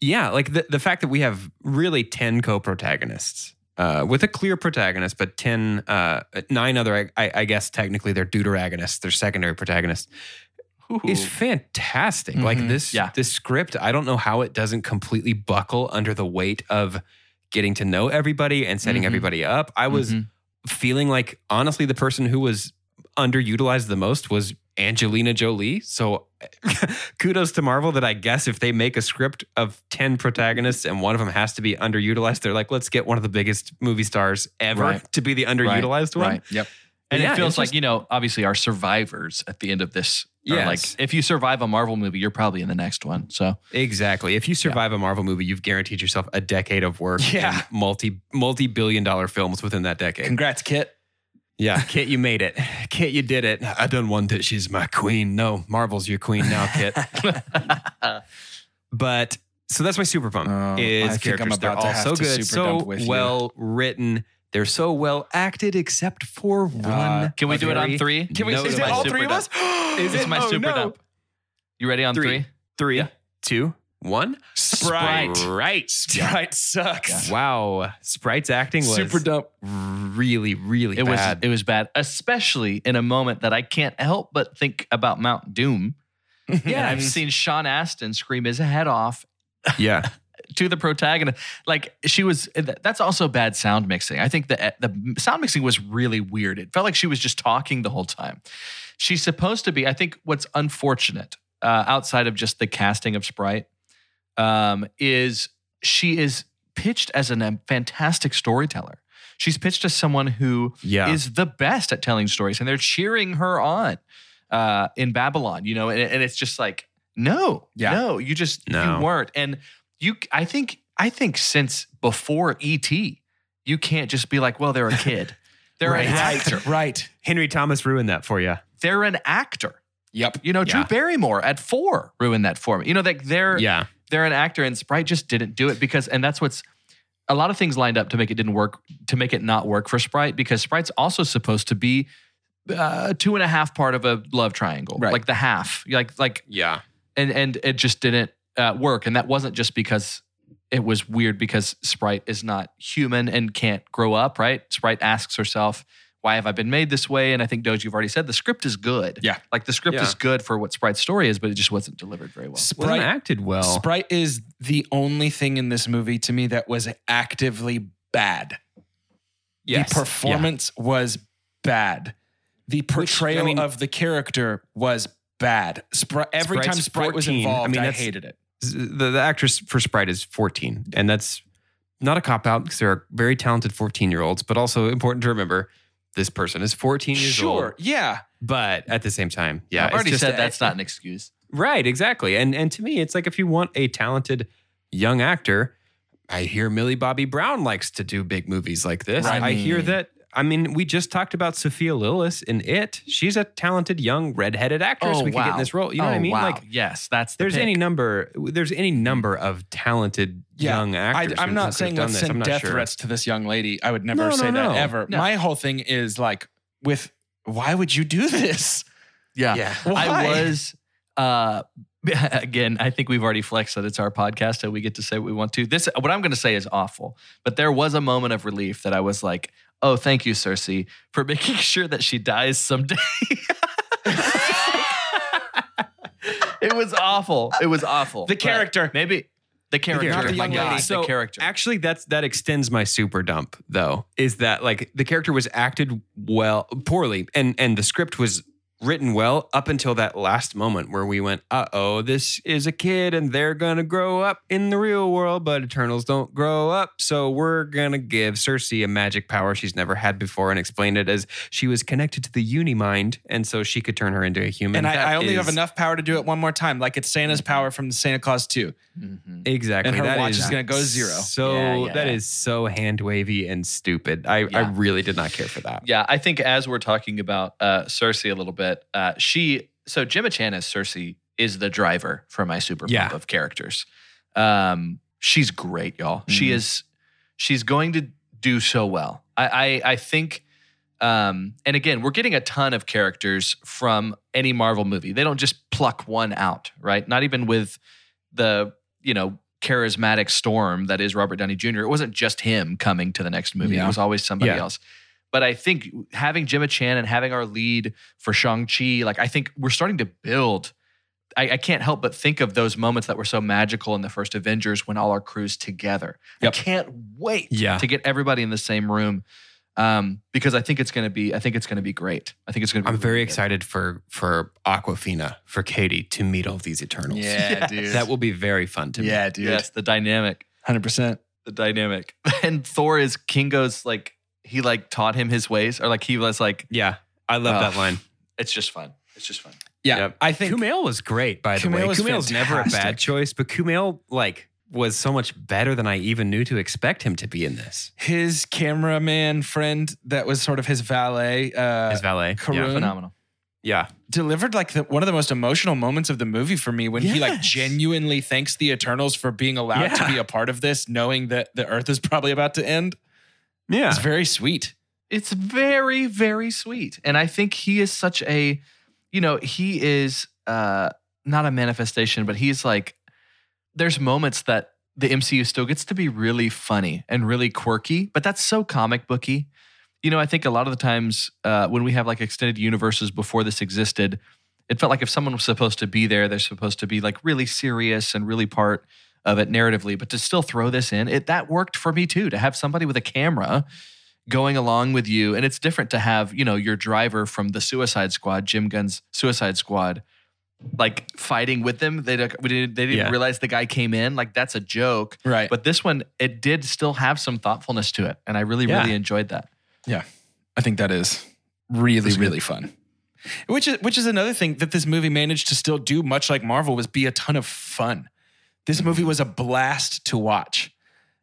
D: yeah, like the, the fact that we have really 10 co protagonists uh, with a clear protagonist, but 10, uh, nine other, I, I guess technically they're deuteragonists, they're secondary protagonists, is fantastic. Like
B: Mhm.
D: this,
A: Mm-hmm. Yeah.
D: this script, I don't know how it doesn't completely buckle under the weight of getting to know everybody and setting
A: Mhm.
D: everybody up. I was
A: Mhm.
D: feeling like honestly the person who was underutilized the most was Angelina Jolie. So kudos to Marvel that I guess if they make a script of 10 protagonists and one of them has to be underutilized, they're like, let's get one of the biggest movie stars ever
A: Right.
D: to be the underutilized one.
A: Right. Yep. And
D: Yeah,
A: it feels
D: it's
A: like
D: just-
A: you know, obviously, our survivors at the end of this. are
D: Yes.
A: Like, if you survive a Marvel movie, you're probably in the next one. So
D: Exactly. If you survive a Marvel movie, you've guaranteed yourself a decade of work
B: Yeah.
D: and multi multi billion dollar films within that decade.
B: Congrats, Kit.
D: Yeah, Kit, you made it. Kit, you did it. I done one that she's my queen. No, Marvel's your queen now, Kit. but so that's my super pump.
B: Oh, I
D: is
B: think
D: characters.
B: I'm
D: They're
B: about to
D: all
B: have
D: so
B: to
D: good,
B: super dump
D: so
B: with you.
D: well written. They're so well acted, except for
B: Uh,
D: one.
A: can we do it on
D: very-
A: three?
D: Can we- No,
A: It's
D: is it
A: my
D: all
A: super
D: three of
A: dump.
D: us? Is
A: It's
D: it?
A: my
D: Oh,
A: super
D: no.
A: dump. You ready on
D: Three.
A: three?
D: Three,
A: Yeah.
D: two, one.
A: Sprite.
D: Sprite.
B: Right, sucks.
D: Wow, Sprite's acting was
B: Super dump.
D: really, really
A: It was
D: bad.
A: it was bad, especially in a moment that I can't help but think about Mount Doom. And
B: Mm.
A: I've seen Sean Astin scream his head off
D: yeah,
A: to the protagonist. Like she was. eh, th- That's also bad sound mixing. I think the the sound mixing was really weird. It felt like she was just talking the whole time. She's supposed to be. I think what's unfortunate, uh, outside of just the casting of Sprite, um, is she is pitched as an, a fantastic storyteller. She's pitched as someone who
D: yeah.
A: is the best at telling stories and they're cheering her on uh, in Babylon, you know, and, and it's just like, no,
B: Yeah.
A: no, you just,
D: No.
A: you weren't. And you, I think, I think since before ET, you can't just be like, well, they're a kid. They're
B: right,
A: an actor.
B: right, right.
D: Henry Thomas ruined that for you.
A: They're an actor.
B: Yep.
A: You know, Drew
D: Yeah.
A: Barrymore at four ruined that for me. You know, like they're,
D: Yeah,
A: they're an actor and Sprite just didn't do it because and that's what's a lot of things lined up to make it didn't work to make it not work for Sprite because Sprite's also supposed to be uh, two and a half part of a love triangle,
B: Right.
A: like the half, like like
D: yeah.
A: and and it just didn't uh, work and that wasn't just because it was weird because Sprite is not human and can't grow up, right? Sprite asks herself. Why have I been made this way? And I think Doge, you've already said the script is good.
B: Yeah.
A: like the script
D: Yeah.
A: is good for what Sprite's story is, but it just wasn't delivered very well.
D: Wasn't
B: Sprite,
D: acted well.
B: Sprite is the only thing in this movie to me that was actively bad.
D: Yes.
B: The performance was bad. The portrayal
D: mean-
B: of the character was bad. Spri- every
D: Sprite's
B: time Sprite was
D: 14.
B: involved,
D: I
B: I,
D: mean,
B: mean, I
D: that's-
B: hated it.
D: the, the actress for Sprite is 14, and that's not a cop out because there are very talented 14 year olds, but also important to remember this person is 14 years
B: Sure,
D: old.
B: yeah.
D: But at the same time, yeah,
A: I've
D: it's
A: already
D: just-
A: said that's not an excuse.
D: right, exactly. And and to me, it's like if you want a talented young actor, I hear Millie Bobby Brown likes to do big movies like this.
B: Right.
D: I hear that. I mean, we just talked about Sophia Lillis in It. She's a talented young redheaded actress
A: Oh,
D: we could get in
A: wow.
D: this role. You know
A: Oh,
D: what I mean?
A: wow.
D: Like
A: yes, that's the
D: there's
A: pick.
D: any number there's any number of talented
B: Yeah.
D: young
B: I,
D: actors.
B: I'm
D: who
B: not
D: could've
B: saying
D: done
B: let's
D: this. I'm
B: send
D: not
B: death
D: sure.
B: threats to this young lady. I would never
D: No,
B: say
D: no,
B: that
D: no.
B: ever.
A: No.
B: My whole thing is like, with why would you do this?
A: Yeah.
B: Why?
A: I was uh again, I think we've already flexed that it's our podcast so we get to say what we want to. This what I'm gonna say is awful, but there was a moment of relief that I was like, oh, thank you, Cersei, for making sure that she dies someday. it was awful. It was awful.
B: The
A: But
B: character.
A: Maybe the character.
D: character.
A: My
B: Not the young
A: God,
B: lady.
A: the
D: So,
A: character.
D: Actually, that's that extends my super dump though. Is that like the character was acted well poorly, and and the script was written well up until that last moment where we went, uh oh, this is a kid and they're gonna grow up in the real world, but Eternals don't grow up, so we're gonna give Cersei a magic power she's never had before and explain it as she was connected to the Uni Mind, and so she could turn her into a
B: And
D: human. That
B: I, I only have
D: is- Mm-hmm.
B: enough power to do it one more time, like it's Santa's power from Santa Claus 2.
A: Mhm.
D: Exactly.
B: And her
D: That
B: watch is gonna go zero.
D: So
A: Yeah, yeah,
D: that
A: yeah.
D: is so hand wavy and stupid. I, I
A: Yeah.
D: really did not care for that.
A: Yeah, I think as we're talking about uh, Cersei a little bit, uh, she so Gemma Chan as Cersei is the driver for my super
D: Yeah.
A: pump of characters. Um, she's great, y'all. She
D: Mm-hmm.
B: Mhm.
A: is. She's going to do so well. I I, I think. Um, and again, we're getting a ton of characters from any Marvel movie. They don't just pluck one out, right? Not even with the you know charismatic storm that is Robert Downey Jr. It wasn't just him coming to the next movie. It
D: Yeah.
A: was always somebody
D: Yeah.
A: else. But I think having Gemma Chan and having our lead for Shang Chi, like I think we're starting to build. I, I can't help but think of those moments that were so magical in the first Avengers when all our crews together.
B: Yep.
A: I can't wait
D: Yeah.
A: to get everybody in the same room um, because I think it's going to be. I think it's going to be great. I think it's going to. be
D: I'm very
A: really good.
D: excited for for Aquafina, for Katie to meet all these Eternals.
A: Yes.
B: dude.
D: That will be very fun to me.
B: yeah, dude.
A: Yes, the dynamic.
B: 100%.
A: the dynamic. And Thor is Kingo's like he like taught him his ways, or like he was like
D: Yeah. I love
A: Oh.
D: that line.
A: it's just fun. It's just fun.
B: Yeah.
D: Yep.
B: I think
D: Kumail was great, by the
B: Kumail
D: way.
B: was
D: Kumail's never a bad
B: fantastic.
D: choice, but Kumail like was so much better than I even knew to expect him to be in this.
B: his cameraman friend that was sort of his valet, uh,
D: His valet.
B: Karun.
A: Phenomenal.
D: Yeah.
B: delivered like the, one of the most emotional moments of the movie for me when he like
D: Yes.
B: genuinely thanks the Eternals for being allowed to
D: Yeah.
B: be a part of this, knowing that the Earth is probably about to end.
D: Yeah.
B: It's very sweet.
A: It's very, very sweet. And I think he is such a, you know, he is uh not a manifestation, but he's like there's moments that the MCU still gets to be really funny and really quirky, but that's so comic booky. You know, I think a lot of the times uh, when we have like extended universes before this existed, it felt like if someone was supposed to be there, they're supposed to be like really serious and really part of it narratively. But to still throw this in, it that worked for me too. To have somebody with a camera going along with you, and it's different to have you know your driver from the Suicide Squad, Jim Gunn's Suicide Squad, like fighting with them. They don't- we didn't, they didn't
D: Yeah.
A: realize the guy came in. Like that's a joke.
B: Right. But
A: But this one, it did still have some thoughtfulness to it, and I really,
D: Yeah.
A: really enjoyed that.
B: I think that is really, really fun. Which is which is another thing that this movie managed to still do, much like Marvel, was be a ton of fun. This movie
D: Mm-hmm.
B: was a blast to watch.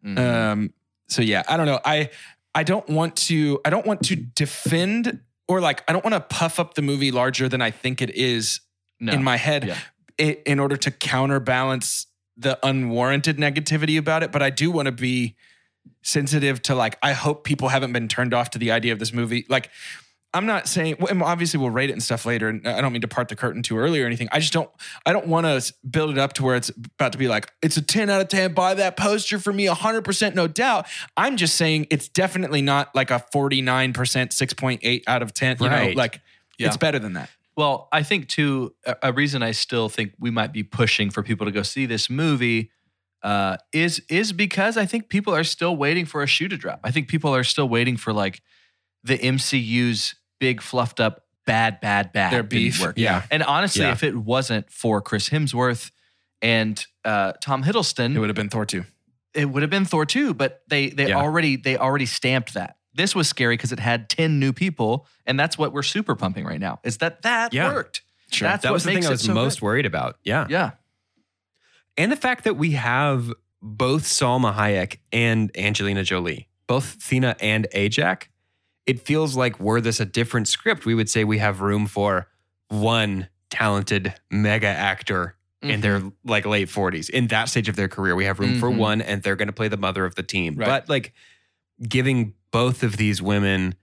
A: Mm-hmm.
B: Um, so yeah, I don't know. I I don't want to I don't want to defend or like I don't want to puff up the movie larger than I think it is
A: no.
B: in my head
A: Yeah.
B: i- in order to counterbalance the unwarranted negativity about it. But I do want to be sensitive to like, I hope people haven't been turned off to the idea of this movie. Like, I'm not saying, well, and obviously we'll rate it and stuff later. And I don't mean to part the curtain too early or anything. I just don't, I don't want to build it up to where it's about to be like, it's a 10 out of 10, buy that poster for me 100%, no doubt. I'm just saying it's definitely not like a 49%, 6.8 out of 10. You
D: Right.
B: know, like
A: Yeah.
B: it's better than that.
A: Well, I think too a- a reason I still think we might be pushing for people to go see this movie uh, is is because I think people are still waiting for a shoe to drop. I think people are still waiting for like the MCU's big fluffed up bad bad bad
B: Their
A: didn't
B: beef.
A: work.
B: Yeah.
A: And honestly,
D: Yeah.
A: if it wasn't for Chris Hemsworth and uh, Tom Hiddleston,
D: Hmm.
B: It would have been Thor too.
A: it would have been Thor 2, but they they
D: Yeah.
A: already they already stamped that. This was scary because it had 10 new people, and that's what we're super pumping right now. Is that that
D: Yeah.
A: worked?
B: Sure.
A: That's
D: that
A: what
D: was the
A: makes
D: thing I
A: it
D: was
A: so
D: most
A: good.
D: worried about. Yeah.
A: Yeah.
D: And the fact that we have both Salma Hayek and Angelina Jolie, both Thena and Ajak, it feels like were this a different script, we would say we have room for one talented mega actor in their like late 40s. In that stage of their career, we have room for
A: Mhm.
D: one and they're going to play the mother of the team.
B: Right.
D: But like giving both of these women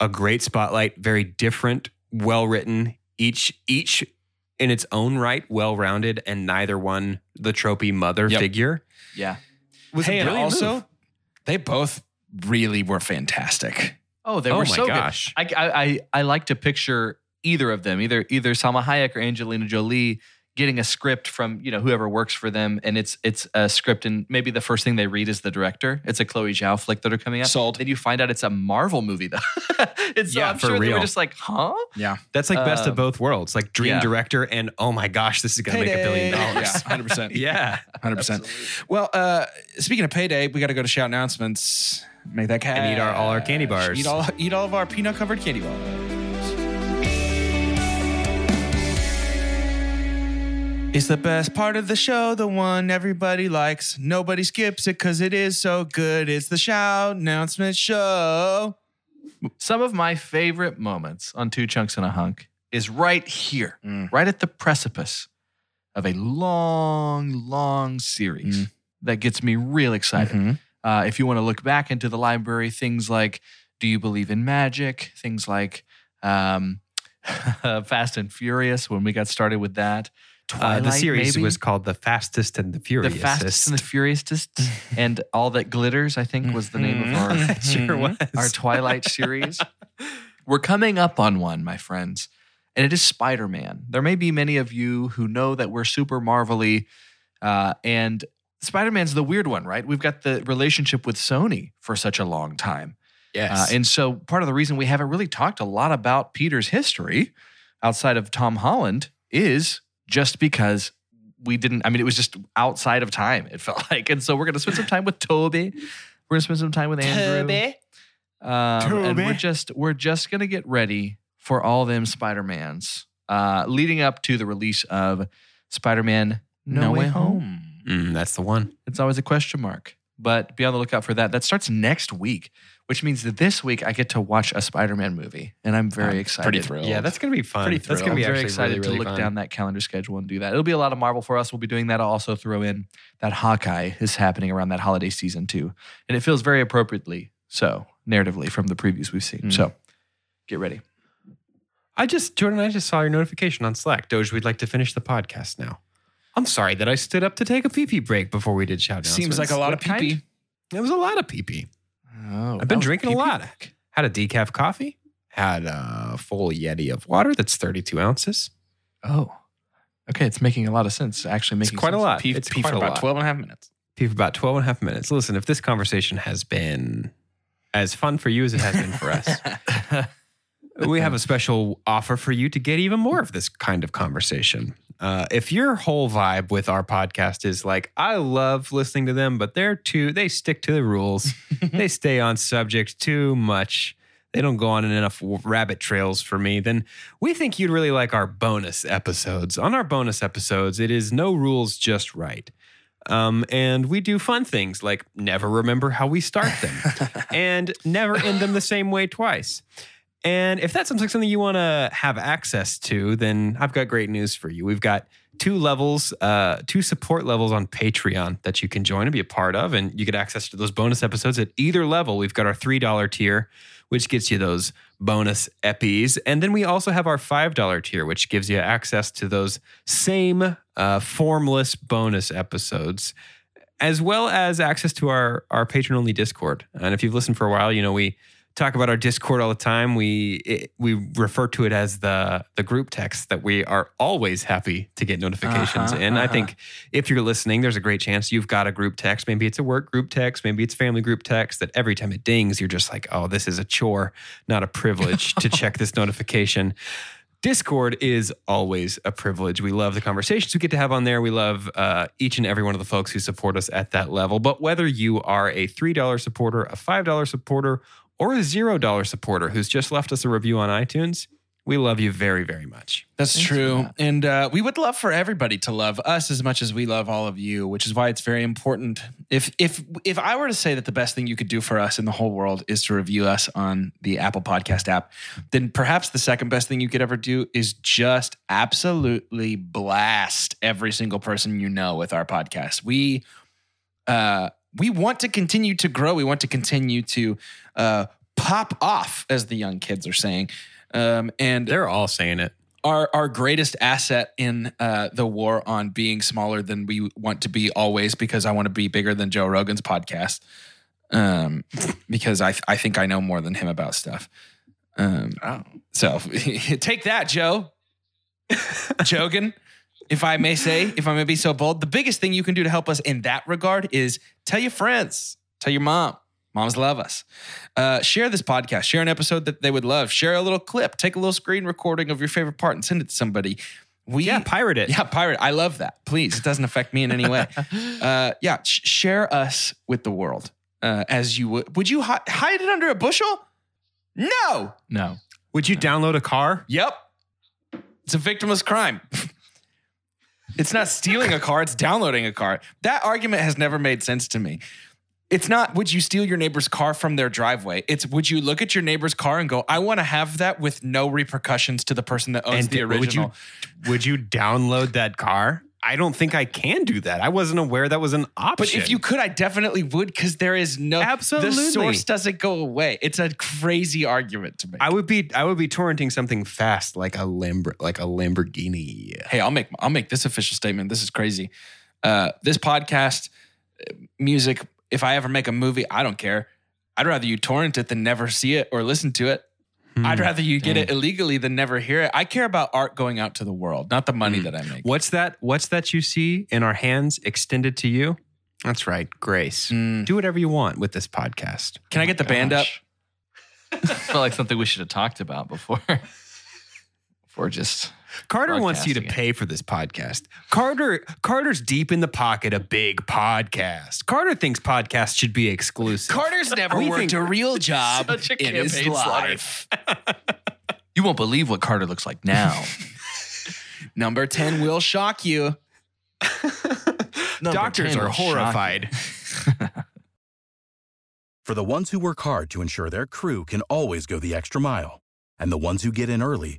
D: a great spotlight, very different, well written, each each in its own right, well rounded, and neither one the tropey mother
B: Yep.
D: figure.
A: Yeah.
D: Was
B: hey, and
D: brilliant
B: also,
D: move.
B: they both really were fantastic.
A: Oh, they
D: oh
A: were
D: my
A: so
D: gosh.
A: good. I, I I I like to picture either of them, either either Salma Hayek or Angelina Jolie getting a script from, you know, whoever works for them and it's it's a script and maybe the first thing they read is the director. It's a Chloe Zhao flick that are coming out.
B: Sold.
A: Then you find out it's a Marvel movie though. and so
D: Yeah,
A: I'm
D: for
A: sure they were
D: real.
A: just like, huh?
D: That's like best
A: Um,
D: of both worlds. Like dream
A: yeah.
D: director and oh my gosh, this is gonna make a billion dollars.
B: Yeah, 100%.
D: yeah.
B: Hundred percent. Well, uh, speaking of payday, we got to go to shout announcements. Make that cash.
D: And eat our- all our candy bars.
B: Eat all, eat all of our peanut covered candy bars. It's the best part of the show, the one everybody likes. Nobody skips it because it is so good. It's the shout announcement show.
A: Some of my favorite moments on Two Chunks and a Hunk is right here,
B: Mm.
A: right at the precipice of a long, long series
D: Mm.
A: that gets me real excited.
B: Mhm.
D: Mm-hmm.
A: Uh, if you want to look back into the library, things like Do You Believe in Magic? Things like um, Fast and Furious, when we got started with that.
D: Uh, the
A: Twilight,
D: series
A: maybe?
D: was called The Fastest and the
A: The
D: Furious.
A: Fastest and the Furiousest, and All That Glitters, I think, was the name of our
D: Mm-hmm.
A: Mm-hmm.
D: sure was.
A: our Twilight series. We're coming up on one, my friends, and it is Spider Man. There may be many of you who know that we're super marvelly, uh, and Spider Man's the weird one, right? We've got the relationship with Sony for such a long time. Uh, and so part of the reason we haven't really talked a lot about Peter's history outside of Tom Holland is just because we didn't, I mean, it was just outside of time, it felt like. And so we're going to spend some time with Toby. We're going to spend some time with Andrew. Um, and we're just we're just gonna get ready for all them Spider Mans, uh, leading up to the release of Spider Man No, Way, Home.
D: Mm, that's the one.
A: It's always a question mark, but be on the lookout for that. That starts next week, which means that this week I get to watch a Spider Man movie, and I'm very excited.
E: Pretty thrilled.
D: Yeah, that's gonna be fun.
A: Pretty
D: that's gonna
A: thrilled.
D: be
A: I'm very
D: actually
A: excited
D: really, really
A: to look
D: fun.
A: down that calendar schedule and do that. It'll be a lot of Marvel for us. We'll be doing that. I'll also throw in that Hawkeye is happening around that holiday season too, and it feels very appropriately so narratively from the previews we've seen.
D: Hmm.
B: Mm.
A: So get ready.
D: I just Jordan, I just saw your notification on Slack. Doge, we'd like to finish the podcast now. I'm sorry that I stood up to take a pee pee break before we did shout
B: Seems like a lot of
A: What
B: pee
D: It was a lot of pee pee.
A: Oh,
D: I've been drinking a lot. Had a decaf coffee. Had a full yeti of water. That's 32 ounces.
A: Oh, okay. It's making a lot of sense. Actually,
D: It's
A: making
D: quite a
A: sense.
D: lot.
B: Pee,
D: it's
B: pee
D: quite
B: for
D: a
B: about
D: lot.
B: 12 and a half minutes.
D: Pee for about 12 and a half minutes. Listen, if this conversation has been as fun for you as it has been for us, we have a special offer for you to get even more of this kind of conversation. Uh, if your whole vibe with our podcast is like, I love listening to them, but they're too, they stick to the rules, they stay on subject too much, they don't go on enough rabbit trails for me, then we think you'd really like our bonus episodes. On our bonus episodes, it is no rules, just right. Um, and we do fun things like never remember how we start them and never end them the same way twice. And if that sounds like something you want to have access to, then I've got great news for you. We've got two levels, uh, two support levels on Patreon that you can join and be a part of, and you get access to those bonus episodes at either level. We've got our three dollar tier, which gets you those bonus epis, and then we also have our five dollar tier, which gives you access to those same uh, formless bonus episodes. As well as access to our our patron only Discord, and if you've listened for a while, you know we talk about our Discord all the time. We it, we refer to it as the the group text that we are always happy to get notifications
A: Uh-huh,
D: in. I
A: uh-huh.
D: think if you're listening, there's a great chance you've got a group text. Maybe it's a work group text. Maybe it's family group text. That every time it dings, you're just like, oh, this is a chore, not a privilege to check this notification. Discord is always a privilege. We love the conversations we get to have on there. We love uh, each and every one of the folks who support us at that level. But whether you are a $3 supporter, a $5 supporter, or a $0 supporter who's just left us a review on iTunes, we love you very, very much.
B: That's
A: Thanks for
B: true.
A: that.
B: And uh, we would love for everybody to love us as much as we love all of you, which is why it's very important. If if if I were to say that the best thing you could do for us in the whole world is to review us on the Apple Podcast app, then perhaps the second best thing you could ever do is just absolutely blast every single person you know with our podcast. We uh, we want to continue to grow. We want to continue to uh, pop off, as the young kids are saying. Um, and
D: They're all saying it.
B: our our greatest asset in uh, the war on being smaller than we want to be always because I want to be bigger than Joe Rogan's podcast um, because I I think I know more than him about stuff. Um,
D: Oh.
B: So take that, Joe. Jogan, if I may say, if I may be so bold, the biggest thing you can do to help us in that regard is tell your friends, tell your mom. Moms love us. Uh, share this podcast. Share an episode that they would love. Share a little clip. Take a little screen recording of your favorite part and send it to somebody. We
D: Yeah, pirate it.
B: yeah, pirate. I love that. Please, it doesn't affect me in any way. Uh, yeah, sh- share us with the world uh, as you would. Would you hi- hide it under a bushel? No.
A: No.
D: Would you download a car?
B: Yep. It's a victimless crime. it's not stealing a car, it's downloading a car. That argument has never made sense to me. It's not would you steal your neighbor's car from their driveway? It's would you look at your neighbor's car and go, I want to have that with no repercussions to the person that owns the
D: would
B: original.
D: you would you download that car? I don't think I can do that. I wasn't aware that was an option.
B: But if you could, I definitely would because there is no
D: Absolutely.
B: The source doesn't go away. It's a crazy argument to make.
D: I would be I would be torrenting something fast like a Lambr- like a Lamborghini.
B: hey, I'll make I'll make this official statement. This is crazy. Uh, this podcast, uh, music. If I ever make a movie, I don't care. I'd rather you torrent it than never see it or listen to it.
A: Mm,
B: I'd rather you get it illegally than never hear it. I care about art going out to the world, not the money
A: Mm.
B: that I make.
D: What's that? What's that you see in our hands extended to you? That's right, grace.
B: Mm.
D: Do whatever you want with this podcast.
B: Can
A: Oh
B: I get the band up?
A: I felt like something we should have talked about before. before just
D: Carter wants you to
A: Broadcasting it.
D: pay for this podcast. Carter Carter's deep in the pocket a big podcast. Carter thinks podcasts should be exclusive.
E: Carter's never
D: We
E: worked
D: think-
E: a real job
A: Such a
E: in his
A: campaign slaughter.
E: life.
A: you won't believe what Carter looks like now.
B: Number ten will shock you.
A: Number
D: Doctors
A: 10
D: are
A: will shock you.
D: horrified.
F: For the ones who work hard to ensure their crew can always go the extra mile, and the ones who get in early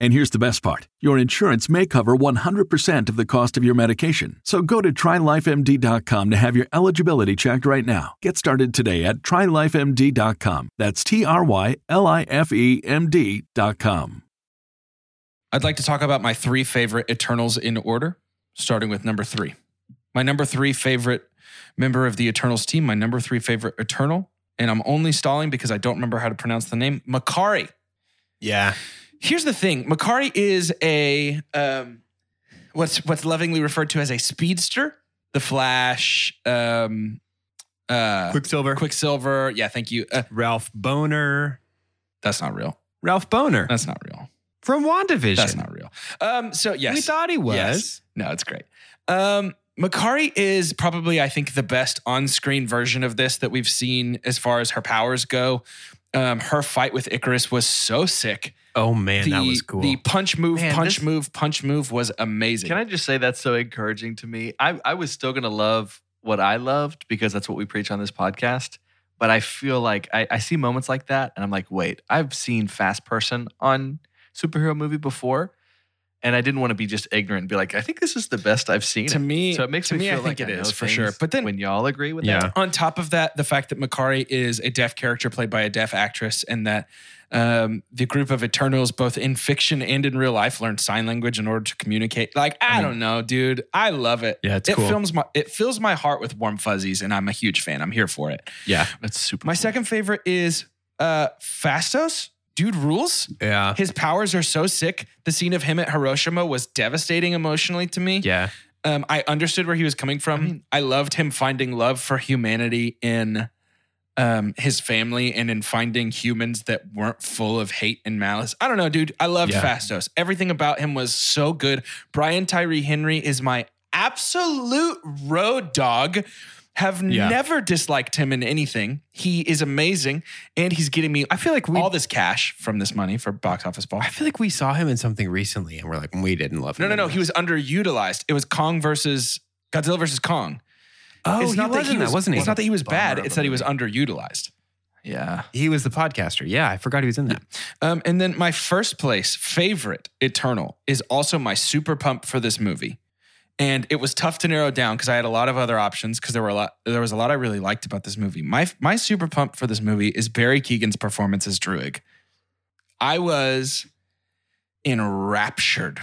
G: And here's the best part your insurance may cover 100% of the cost of your medication. So go to trylifemd.com to have your eligibility checked right now. Get started today at trylifemd.com. That's T R Y L I F E M D.com.
B: I'd like to talk about my three favorite Eternals in order, starting with number three. My number three favorite member of the Eternals team, my number three favorite Eternal, and I'm only stalling because I don't remember how to pronounce the name, Makari.
D: yeah.
B: Here's the thing Makari is a, um, what's, what's lovingly referred to as a speedster, the Flash, um, uh,
D: Quicksilver.
B: Quicksilver. Yeah, thank you. Uh,
D: Ralph Boner.
B: that's not real.
D: Ralph Boner
B: That's not real.
D: from WandaVision.
B: Uh, That's not real. Um, so, yes.
D: We thought he was.
B: Yes. No, it's great. Um, Makari is probably, I think, the best on screen version of this that we've seen as far as her powers go. Um, her fight with Icarus was so sick.
D: Oh man,
B: the,
D: that was cool.
B: The punch move,
A: Man,
B: punch
A: this-
B: move, punch move was amazing.
A: Can I just say that's so encouraging to me? I, I was still going to love what I loved because that's what we preach on this podcast. But I feel like I, I see moments like that and I'm like, wait, I've seen Fast Person on superhero movie before. And I didn't want to be just ignorant and be like, I think this is the best I've seen.
B: To
A: it.
B: me-
A: so it makes
B: to
A: me,
B: me, I
A: feel
B: think
A: like
B: it
A: I
B: is,
A: know
B: for sure.
A: things
B: But then-
A: when y'all agree with
D: Yeah.
A: that,
B: on top of that, the fact that Makari is a deaf character played by a deaf actress, and that um, the group of Eternals, both in fiction and in real life, learned sign language in order to communicate. Like, I, don't know, dude. I love it.
D: Yeah, it's
B: it
D: cool.
B: films my it fills my heart with warm fuzzies, and I'm a huge fan. I'm here for it.
D: yeah,
A: that's super.
B: My
A: cool.
B: second favorite is uh Fastos. Dude rules.
D: yeah,
B: His powers are so sick. The scene of him at Hiroshima was devastating emotionally to me.
D: yeah.
B: Um, I understood where he was coming from. I,
D: Mm-hmm.
B: loved him finding love for humanity in um, his family and in finding humans that weren't full of hate and malice. I don't know, dude. I loved
D: Yeah.
B: Fastos. Everything about him was so good. Brian Tyree Henry is my absolute road dog. Have
D: Yeah.
B: never disliked him in anything. He is amazing, and he's getting me. I feel like we, all this cash from this money for box office ball.
D: I feel like we saw him in something recently, and we're like, we didn't love
B: No,
D: him.
B: no, no. He was underutilized. It was Kong versus Godzilla versus Kong.
D: oh,
B: It's
D: he
B: not
D: wasn't that, wasn't he?
B: It's not that he was
A: Bummer
B: bad.
A: of
B: It's
A: a
B: that he was
A: movie.
B: underutilized.
A: yeah.
D: he was the podcaster. Yeah, I forgot he was in that.
B: Um, and then my first place favorite Eternal is also my super pump for this movie. and it was tough to narrow down because I had a lot of other options because there were a lot there was a lot I really liked about this movie. My my super pump for this movie is Barry Keegan's performance as Druig. I was enraptured,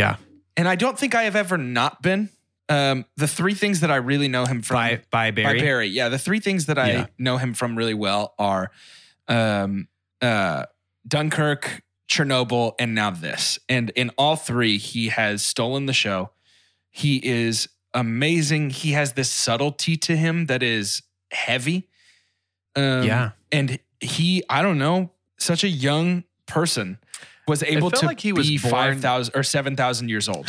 D: Yeah.
B: and I don't think I have ever not been. Um, the three things that I really know him from
D: By by Barry.
B: by Barry. Yeah, the three things that I
D: Yeah.
B: know him from really well are um, uh, Dunkirk, Chernobyl, and now this. And in all three, he has stolen the show. He is amazing. He has this subtlety to him that is heavy. Um,
D: Yeah.
B: and he, I don't know, such a young person was able
A: felt
B: to
A: like he was
B: be
A: born-
B: five thousand or seven thousand years old.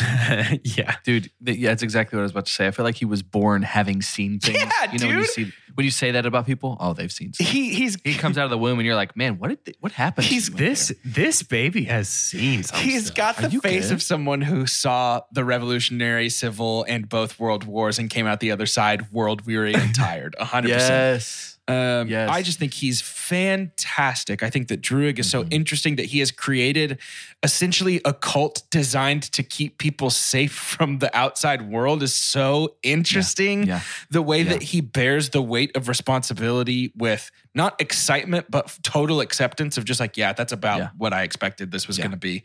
D: yeah.
A: Dude, th- yeah, that's exactly what I was about to say. I feel like he was born having seen things.
B: Yeah,
A: you know, When you,
B: dude.
A: see, when you say that about people, oh, they've seen stuff.
D: He he's
A: He comes out of the womb and you're like, man, what did th- what happened? to
D: he's
A: you in
D: this this baby has seen something.
B: He's got the
A: you
B: face
A: good?
B: of someone who saw the Revolutionary, Civil, and both World Wars and came out the other side world weary and tired. A
A: there?
B: 100%.
A: Yes.
B: Um,
A: Yes.
B: I just think he's fantastic. I think that Druig is
A: Mm-hmm.
B: so interesting that he has created essentially a cult designed to keep people safe from the outside world is so interesting.
A: Yeah.
B: The way
A: Yeah.
B: that he bears the weight of responsibility with not excitement, but f- total acceptance of just like, yeah, that's about
A: Yeah.
B: what I expected this was
A: Yeah.
B: going to be.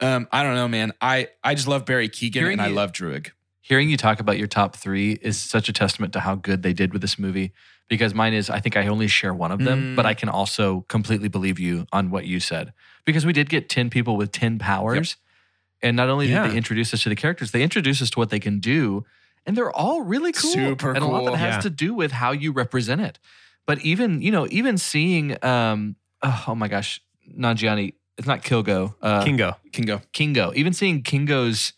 B: Um, I don't know, man. I, I just love Barry Keegan
A: Hearing
B: and I
A: you-
B: love Druig.
A: Hearing you talk about your top three is such a testament to how good they did with this movie. Because mine is, I think I only share one of them,
B: Mm.
A: but I can also completely believe you on what you said. Because we did get 10 people with 10 powers. And not only
D: Yeah.
A: did they introduce us to the characters, they introduced us to what they can do. And they're all really cool.
B: Super
A: and a lot of
B: cool.
A: it has
D: Yeah.
A: to do with how you represent it. But even, you know, even seeing, um, oh, oh my gosh, Nanjiani, it's not Kilgo. Uh,
D: Kingo.
B: Can go.
A: Kingo, even seeing Kingo's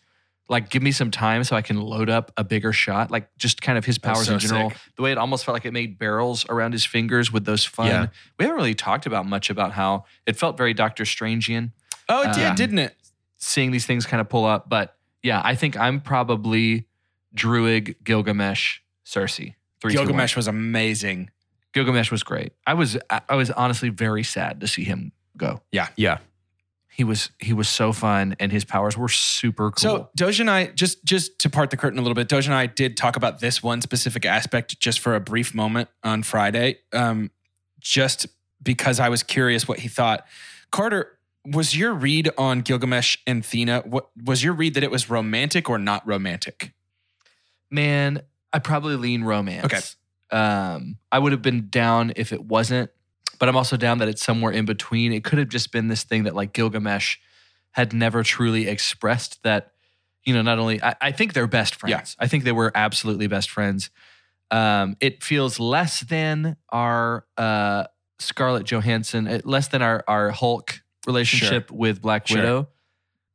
A: like give me some time so I can load up a bigger shot, like just kind of his
B: That was
A: powers
B: so
A: in general. The way it almost felt like it made barrels around his fingers with those fun.
D: Yeah.
A: We haven't really talked about much about how it felt very Doctor Strangean
B: Oh, it did,
A: Um,
B: didn't it?
A: seeing these things kind of pull up. But yeah, I think I'm probably Druid, Gilgamesh, Cersei. Three, two, one.
B: Gilgamesh was amazing.
A: Gilgamesh was great. I was I I was honestly very sad to see him go.
B: Yeah.
D: Yeah.
A: He was he was so fun and his powers were super cool.
B: So Doja and I just just to part the curtain a little bit, Doja and I did talk about this one specific aspect just for a brief moment on Friday, um, just because I was curious what he thought. Carter, was your read on Gilgamesh and Thena? What was your read that it was romantic or not romantic?
A: Man, I probably lean romance.
B: Okay.
A: Um, I would have been down if it wasn't, but I'm also down that it's somewhere in between. It could have just been this thing that like Gilgamesh had never truly expressed that, you know, not only I, I think they're best friends. I think they were absolutely best friends. Um, it feels less than our uh Scarlett Johansson, uh, less than our our Hulk relationship with Black
B: Sure.
A: Widow.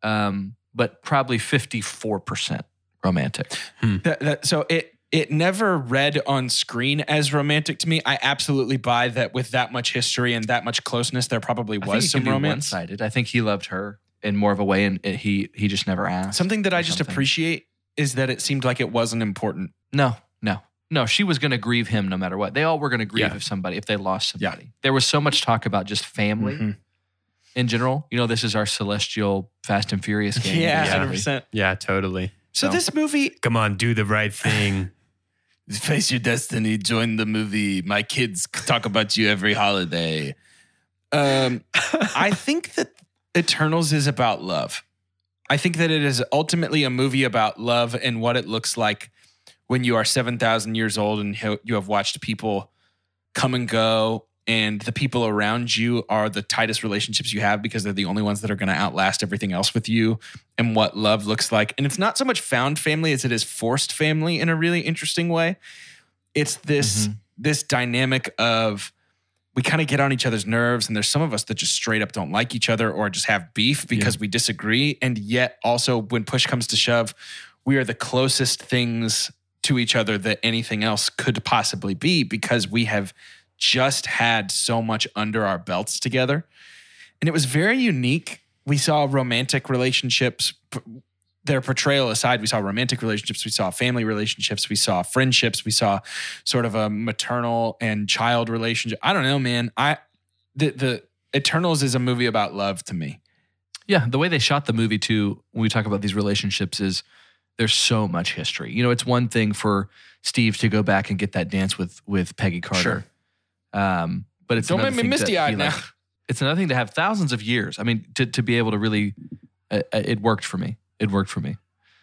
A: Um, but probably 54% romantic.
B: That- that- so it it never read on screen as romantic to me. I absolutely buy that with that much history and that much closeness, there probably
A: I think
B: was
A: it could
B: some
A: be
B: romance.
A: one-sided. I think he loved her in more of a way, and it, he he just never asked.
B: Something that I
A: or
B: just
A: something.
B: appreciate is that it seemed like it wasn't important.
A: No, no, no. She was going to grieve him no matter what. They all were going to grieve
D: Yeah.
A: if somebody if they lost
B: Yeah.
A: somebody. There was so much talk about just family
B: Mhm.
A: in general. You know, this is our celestial Fast and Furious game.
B: Yeah,
A: basically.
B: hundred percent.
D: Yeah, totally.
B: So
A: So-
B: this movie,
D: Come on, do the right thing.
E: Face your destiny. Join the movie. My kids talk about you every holiday.
B: um, I think that Eternals is about love. I think that it is ultimately a movie about love and what it looks like when you are seven thousand years old and ho- you have watched people come and go, and the people around you are the tightest relationships you have because they're the only ones that are going to outlast everything else with you. And what love looks like, and it's not so much found family as it is forced family in a really interesting way. It's this this dynamic of we kind of get on each other's nerves and there's some of us that just straight up don't like each other or just have beef because we disagree and yet also when push comes to shove we are the closest things to each other that anything else could possibly be because we have just had so much under our belts together and it was very unique we saw romantic relationships p- their portrayal aside we saw romantic relationships we saw family relationships we saw friendships we saw sort of a maternal and child relationship. I don't know, man. I the the Eternals is a movie about love to me.
A: Yeah, the way they shot the movie too, when we talk about these relationships, is There's so much history. You know, it's one thing for Steve to go back and get that dance with with Peggy Carter. Um, but it's
B: Don't
A: another
B: make me
A: thing to
B: misty eyed
A: be
B: now.
A: like- it's another thing to have thousands of years. I mean, to to be able to really, uh, uh, it worked for me. It worked for me.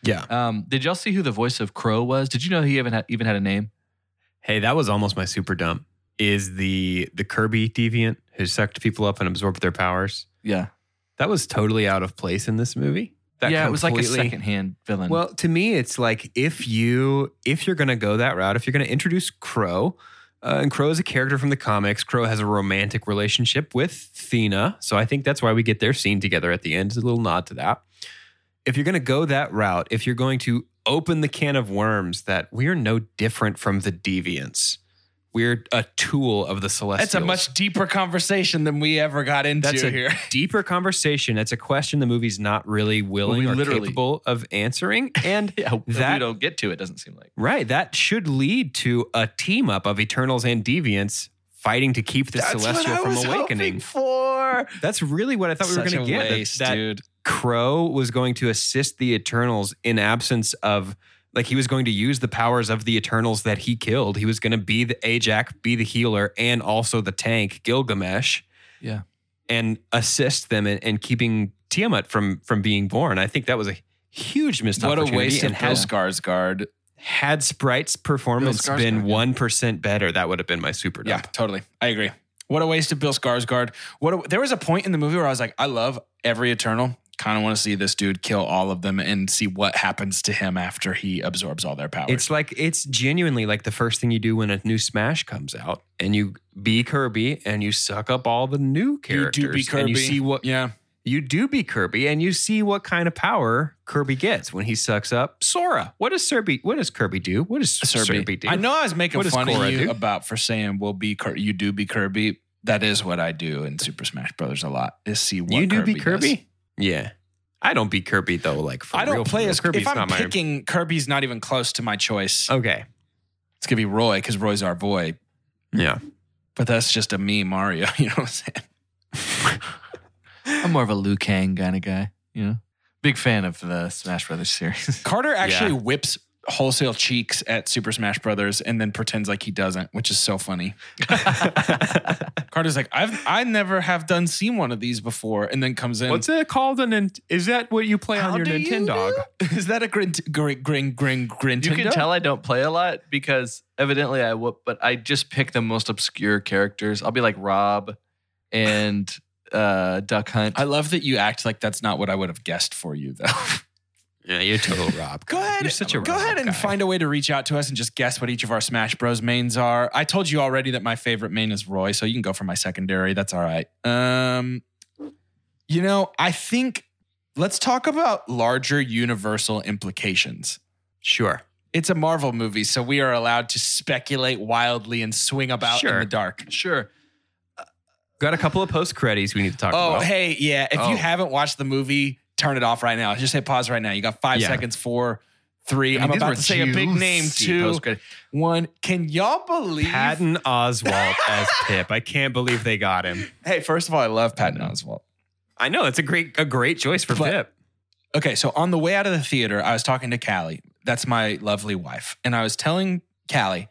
D: Yeah.
A: Um, did y'all see who the voice of Crow was? Did you know he even had, even had a name?
D: Hey, that was almost my super dump. Is the the Kirby deviant who sucked people up and absorbed their powers?
A: Yeah.
D: That was totally out of place in this movie. That
A: yeah, it was like a
D: completely-
A: secondhand villain.
D: Well, to me, it's like if you if you're gonna go that route, if you're gonna introduce Crow, uh, and Crow is a character from the comics. Crow has a romantic relationship with Thena, so I think that's why we get their scene together at the end. It's a little nod to that. If you're gonna go that route, if you're going to open the can of worms that we are no different from the deviants, we're a tool of the Celestials.
B: That's a much deeper conversation than we ever got into
D: That's a
B: here.
D: deeper conversation. That's a question the movie's not really willing
A: we
D: or
A: literally-
D: capable of answering, and
A: yeah, if we
D: that-
A: don't get to it. Doesn't seem like.
D: Right. That should lead to a team up of Eternals and Deviants fighting to keep the Celestial from awakening.
B: for.
D: That's really what I thought we were
B: Such
D: going
B: a
D: to get. that-
B: waste,
D: that
B: dude.
D: Crow was going to assist the Eternals in absence of, like, he was going to use the powers of the Eternals that he killed. He was going to be the Ajax, be the healer, and also the tank, Gilgamesh.
A: Yeah.
D: And assist them in, in keeping Tiamat from from being born. I think that was a huge missed
B: What a
D: opportunity
B: waste
D: and
B: of Bill
D: has
B: Skarsgård.
D: had Sprite's performance
A: Bill Skarsgård,
D: been
A: yeah.
D: one percent better, that would have been my super
B: Yeah,
D: dump.
B: totally. I agree. What a waste of Bill Skarsgård. What a, there was a point in the movie where I was like, I love every Eternal. Kind of want to see this dude kill all of them and see what happens to him after he absorbs all their powers.
D: It's like it's genuinely like the first thing you do when a new Smash comes out, and you be Kirby and you suck up all the new characters,
B: you do be Kirby.
D: and you see what
B: yeah.
D: you do be Kirby, and you see what kind of power Kirby gets when he sucks up Sora. What does Kirby? What does Kirby do? What does Kirby,
B: Serbi.
D: do?
B: I know I was making
D: What does
B: fun
D: Korra
B: of you
D: do?
B: about for saying we'll be Kir- you do be Kirby. That is what I do in Super Smash Brothers a lot is see what
D: you do
B: Kirby
D: be
B: does.
D: Kirby. Yeah, I don't be Kirby though. Like for
B: I
D: real,
B: don't
D: for
B: play
D: real.
B: as Kirby.
D: Kirby's
B: If I'm
D: not my-
B: picking Kirby's, not even close to my choice.
D: okay,
B: It's gonna be Roy because Roy's our boy.
D: yeah.
B: But that's just a me Mario. You know what I'm saying?
A: I'm more of a Liu Kang kind of guy. You know, big fan of the Smash Brothers series.
B: Carter actually whips wholesale cheeks at Super Smash Brothers and then pretends like he doesn't, which is so funny. Carter's like, I've I never have done seen one of these before, and then comes in.
D: What's it called? An nin- is that what you play
A: How
D: on your
A: do you
D: Nintendo?
B: Is that a grin grin grin grin grin?
A: You can tell I don't play a lot because evidently I whoop, but I just pick the most obscure characters. I'll be like Rob and uh, Duck Hunt.
B: I love that you act like that's not what I would have guessed for you, though.
D: Yeah, you're total Rob.
B: Go ahead,
D: You're such a
B: go
D: Rob
B: ahead and
D: guy.
B: find a way to reach out to us and just guess what each of our Smash Bros mains are. I told you already that my favorite main is Roy, so you can go for my secondary. That's all right. Um, you know, I think let's talk about larger universal implications.
D: Sure.
B: It's a Marvel movie, so we are allowed to speculate wildly and swing about in
D: Sure.
B: the dark.
A: sure.
D: Got a couple of post credits we need to talk
B: Oh,
D: about.
B: hey, yeah. If
A: Oh.
B: you haven't watched the movie, turn it off right now. Just hit pause right now. You got five
D: Yeah.
B: seconds, four, three.
A: I
B: I
A: mean,
B: am
A: these were
B: about to say a big name,
A: juicy
B: two,
A: post-credit.
B: one. Can y'all believe?
D: Patton Oswald as Pip. I can't believe they got him.
B: Hey, first of all, I love Patton Oswalt.
D: I know it's a great a great choice for
B: But-
D: Pip.
B: Okay, so on the way out of the theater, I was talking to Callie. That's my lovely wife. And I was telling Callie,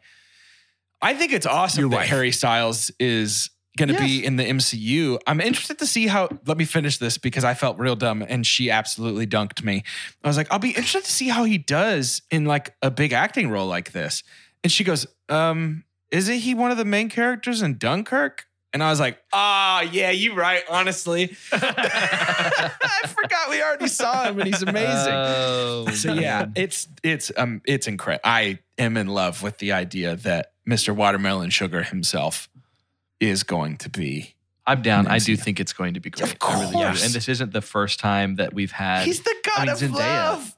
B: I think it's awesome
D: Your
B: that
D: wife.
B: Harry Styles is going to be in the MCU. I'm interested to see how. Let me finish this because I felt real dumb and she absolutely dunked me. I was like, I'll be interested to see how he does in like a big acting role like this. And she goes, um, Isn't he one of the main characters in Dunkirk? And I was like, ah, yeah, you're right, honestly. I forgot we already saw him and he's amazing. so yeah, it's it's um it's incredible. I am in love with the idea that Mr. Watermelon Sugar himself is going to be.
A: I'm down. I do
B: Amazing.
A: think it's going to be great.
B: Of
A: I really do.
B: course.
A: And this isn't the first time that we've had
B: He's the god
A: I mean,
B: of
A: Zendaya.
B: love.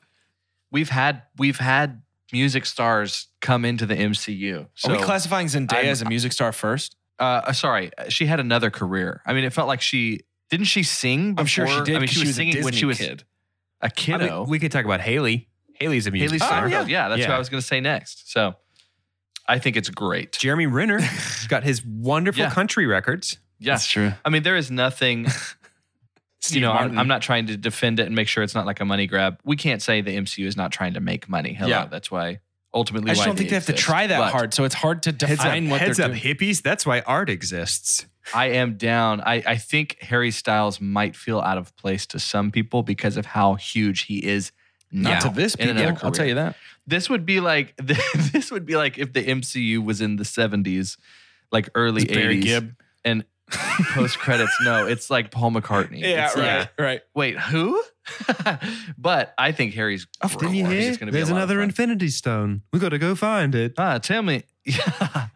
A: we've had we've had music stars come into the MCU. So
B: Are we classifying Zendaya
A: I'm-
B: as a music star first?
A: uh, uh, sorry, uh, she had another career. I mean, it felt like she didn't she sing before?
B: I'm sure she did.
A: I mean,
B: 'cause
A: she was
B: a
A: singing when
B: Disney
A: she was
B: kid.
A: a
D: I mean,
A: kiddo.
D: we could talk about Haley. Haley's a
A: Haley
D: music star. Oh,
A: Steinfeld. yeah. that's what
D: Yeah.
A: I was going to say next. So I think it's great.
D: Jeremy Renner has got his wonderful
A: Yeah.
D: country records.
A: Yeah.
B: true.
A: I mean, there is nothing you know, I'm,
E: Martin.
A: I'm not trying to defend it and make sure it's not like a money grab. We can't say the MCU is not trying to make money. Hello,
B: Yeah.
A: that's why ultimately.
B: I just
A: why
B: don't think they have to
A: exist.
B: try that
A: But
B: hard, so it's hard to define what
D: heads
B: they're
D: up,
B: doing.
D: hippies. That's why art exists.
A: I am down. I, I think Harry Styles might feel out of place to some people because of how huge he is. Now
B: Not to this
A: in
B: people,
A: another
B: I'll tell
A: career.
B: you that.
A: This would be like this would be like if the MCU was in the 70s, like early 80s.
E: Barry Gibb.
A: and post credits. No, it's like Paul McCartney. It's like,
B: right.
A: Wait, who? but I think Harry's. Of course, is gonna be a lot of fun.
D: Infinity Stone. We got to go find it.
A: ah, tell me. Yeah.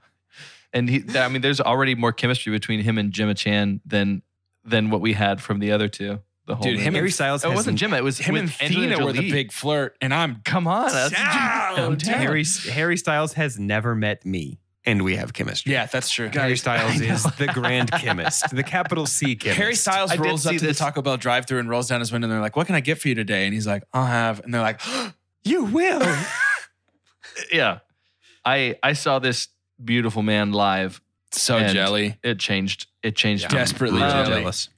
A: And he, I mean, there's already more chemistry between him and Gemma Chan than than what we had from the other two. The whole
B: Dude, him
A: movie.
D: Harry Styles.
A: Oh, it wasn't
D: hasn't-
A: Gemma. It was
B: Him
A: with
B: and
A: Angelina
B: Thena were the
A: Jolie.
B: big flirt, and I'm
A: Come on, that's
B: Down, down.
D: Harry Harry Styles has never met me, and we have chemistry.
B: yeah, that's true.
D: Harry Styles
A: I know.
D: is the grand chemist, the capital C chemist.
B: Harry Styles
A: I did
B: rolls up
A: see
B: to
A: this.
B: the Taco Bell drive-thru and rolls down his window, and they're like, "What can I get for you today?" And he's like, "I'll have," and they're like,
D: you will.
A: yeah. I I saw this beautiful man live.
B: "So
A: And-
B: jelly,
A: It changed. It changed. me.
B: desperately
A: Um,
B: jelly."
D: jealous.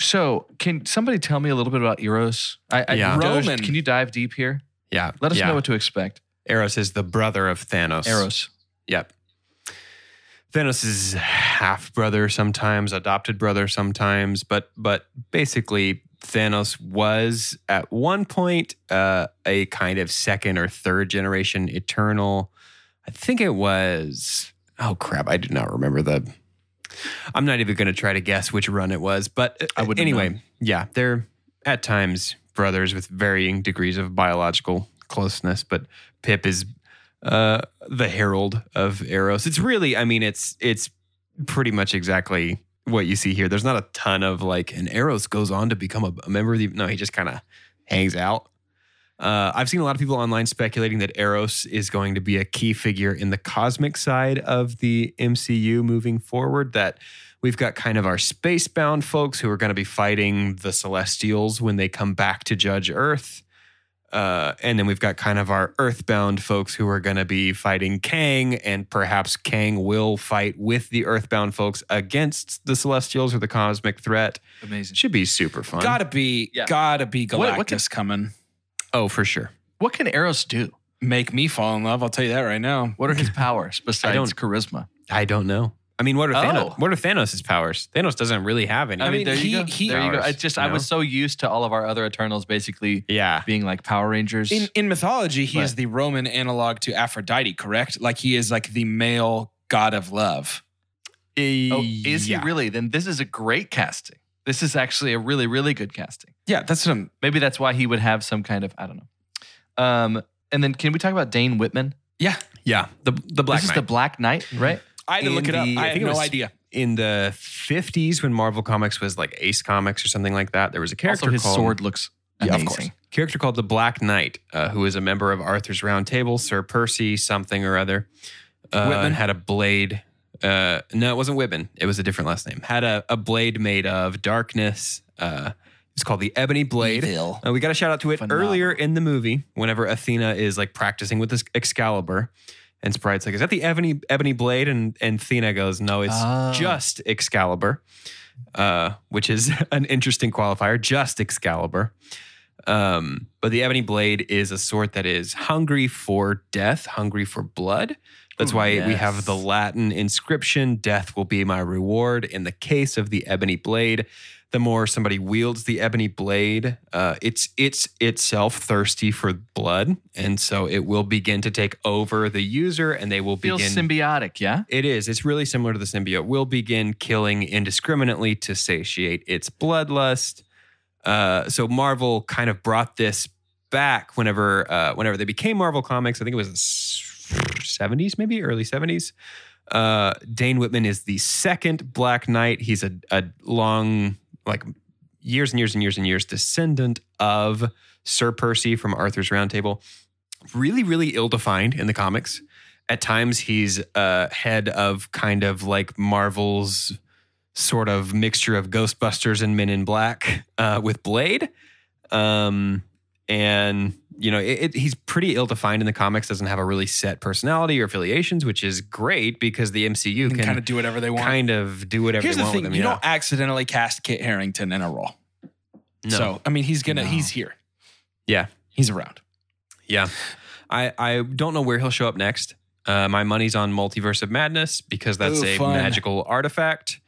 A: So, can somebody tell me a little bit about Eros? I, I
D: Yeah.
A: Doge,
B: Roman.
A: Can you dive deep here?
D: Yeah.
A: Let us
D: yeah.
A: know what to expect.
D: Eros is the brother of Thanos.
A: Eros.
D: Yep. Thanos is half brother sometimes, adopted brother sometimes, but but basically Thanos was at one point uh, a kind of second or third generation Eternal. I think it was. Oh crap! I do not remember the. I'm not even going to try to guess which run it was, but uh,
A: I wouldn't
D: anyway. Yeah, they're at times brothers with varying degrees of biological closeness, but Pip is uh, the herald of Eros. It's really, I mean, it's it's pretty much exactly what you see here. There's not a ton of like, and Eros goes on to become a, a member of the. No, he just kind of hangs out. Uh, I've seen a lot of people online speculating that Eros is going to be a key figure in the cosmic side of the MCU moving forward. That we've got kind of our spacebound folks who are going to be fighting the Celestials when they come back to judge Earth. Uh, and then we've got kind of our earthbound folks who are going to be fighting Kang, and perhaps Kang will fight with the earthbound folks against the Celestials or the cosmic threat.
A: Amazing.
D: Should be super fun.
B: Gotta be,
A: Yeah.
B: gotta be
A: What-
B: Galactus
A: what can-
B: coming.
D: Oh, for sure.
A: What can Eros do?
B: Make me fall in love. I'll tell you that right now.
A: What are his powers besides
D: don't-
A: charisma?
D: I don't know. I mean, what are
A: Oh.
D: Thanos? What are Thanos' powers? Thanos doesn't really have any.
B: I mean,
A: there
B: he-
A: you go.
B: he-
A: there you go.
D: Powers,
A: I just
D: you
A: I
D: know?
A: was so used to all of our other Eternals basically
D: yeah,
A: being like Power Rangers.
B: In in mythology, he
A: Right.
B: is the Roman analog to Aphrodite, correct? Like he is like the male god of love.
A: oh, is
D: yeah.
A: he really? Then this is a great casting. This is actually a really really good casting.
B: Yeah, that's what I'm.
A: Maybe that's why he would have some kind of I don't know. Um, and then can we talk about Dane Whitman?
D: yeah. The the Black Knight.
A: this is
D: Mm-hmm.
A: the Black Knight, right?
B: I had to
D: In
B: look it up.
D: the-
B: I,
D: I
B: had
D: think it
B: no
D: was-
B: idea.
D: in the 50s when Marvel Comics was like Ace Comics or something like that. There was a character
A: also, his
D: called
A: sword looks
D: Yeah,
A: amazing.
D: of course. Character called the Black Knight, uh, who is a member of Arthur's Round Table, Sir Percy something or other. Uh,
B: Whitman?
D: and had a blade. Uh, no, it wasn't Whitman. It was a different last name. Had a, a blade made of darkness. Uh, it's called the Ebony Blade.
B: Evil.
D: Uh, we got a shout out to it
A: Phenomenal.
D: earlier in the movie. Whenever Athena is like practicing with this Excalibur, and Sprite's like, "Is that the Ebony Ebony Blade?" and and Athena goes, "No, it's
A: Oh.
D: just Excalibur," uh, which is an interesting qualifier. Just Excalibur. Um, but the Ebony Blade is a sword that is hungry for death, hungry for blood. That's
A: Ooh,
D: why we
A: yes.
D: have the Latin inscription, Death will be my reward. In the case of the Ebony Blade, the more somebody wields the Ebony Blade, uh, it's, it's itself thirsty for blood. And so it will begin to take over the user and they will
A: Feels
D: begin.
A: symbiotic, yeah.
D: It is. It's really similar to the symbiote. Will begin killing indiscriminately to satiate its bloodlust. Uh, so Marvel kind of brought this back whenever uh, whenever they became Marvel Comics. I think it was the seventies, maybe early seventies. Uh, Dane Whitman is the second Black Knight. He's a, a long, like years and years and years and years descendant of Sir Percy from Arthur's Round Table. Really, really ill defined in the comics at times he's uh, head of kind of like Marvel's sort of mixture of Ghostbusters and Men in Black uh, with Blade. Um, and you know, it, it, he's pretty ill-defined in the comics. Doesn't have a really set personality or affiliations, which is great because the MCU
B: You can
D: can
B: kind of do whatever they want.
D: kind of do whatever
B: Here's
D: they
B: the
D: want
B: thing:
D: with him.
B: you
D: yeah.
B: don't accidentally cast Kit Harrington in a role.
D: No.
B: So I mean, he's gonna
D: No.
B: he's here.
D: Yeah.
B: he's around.
D: Yeah. I, I don't know where he'll show up next. Uh, my money's on Multiverse of Madness because that's
B: Ooh,
D: a
B: fun.
D: magical artifact.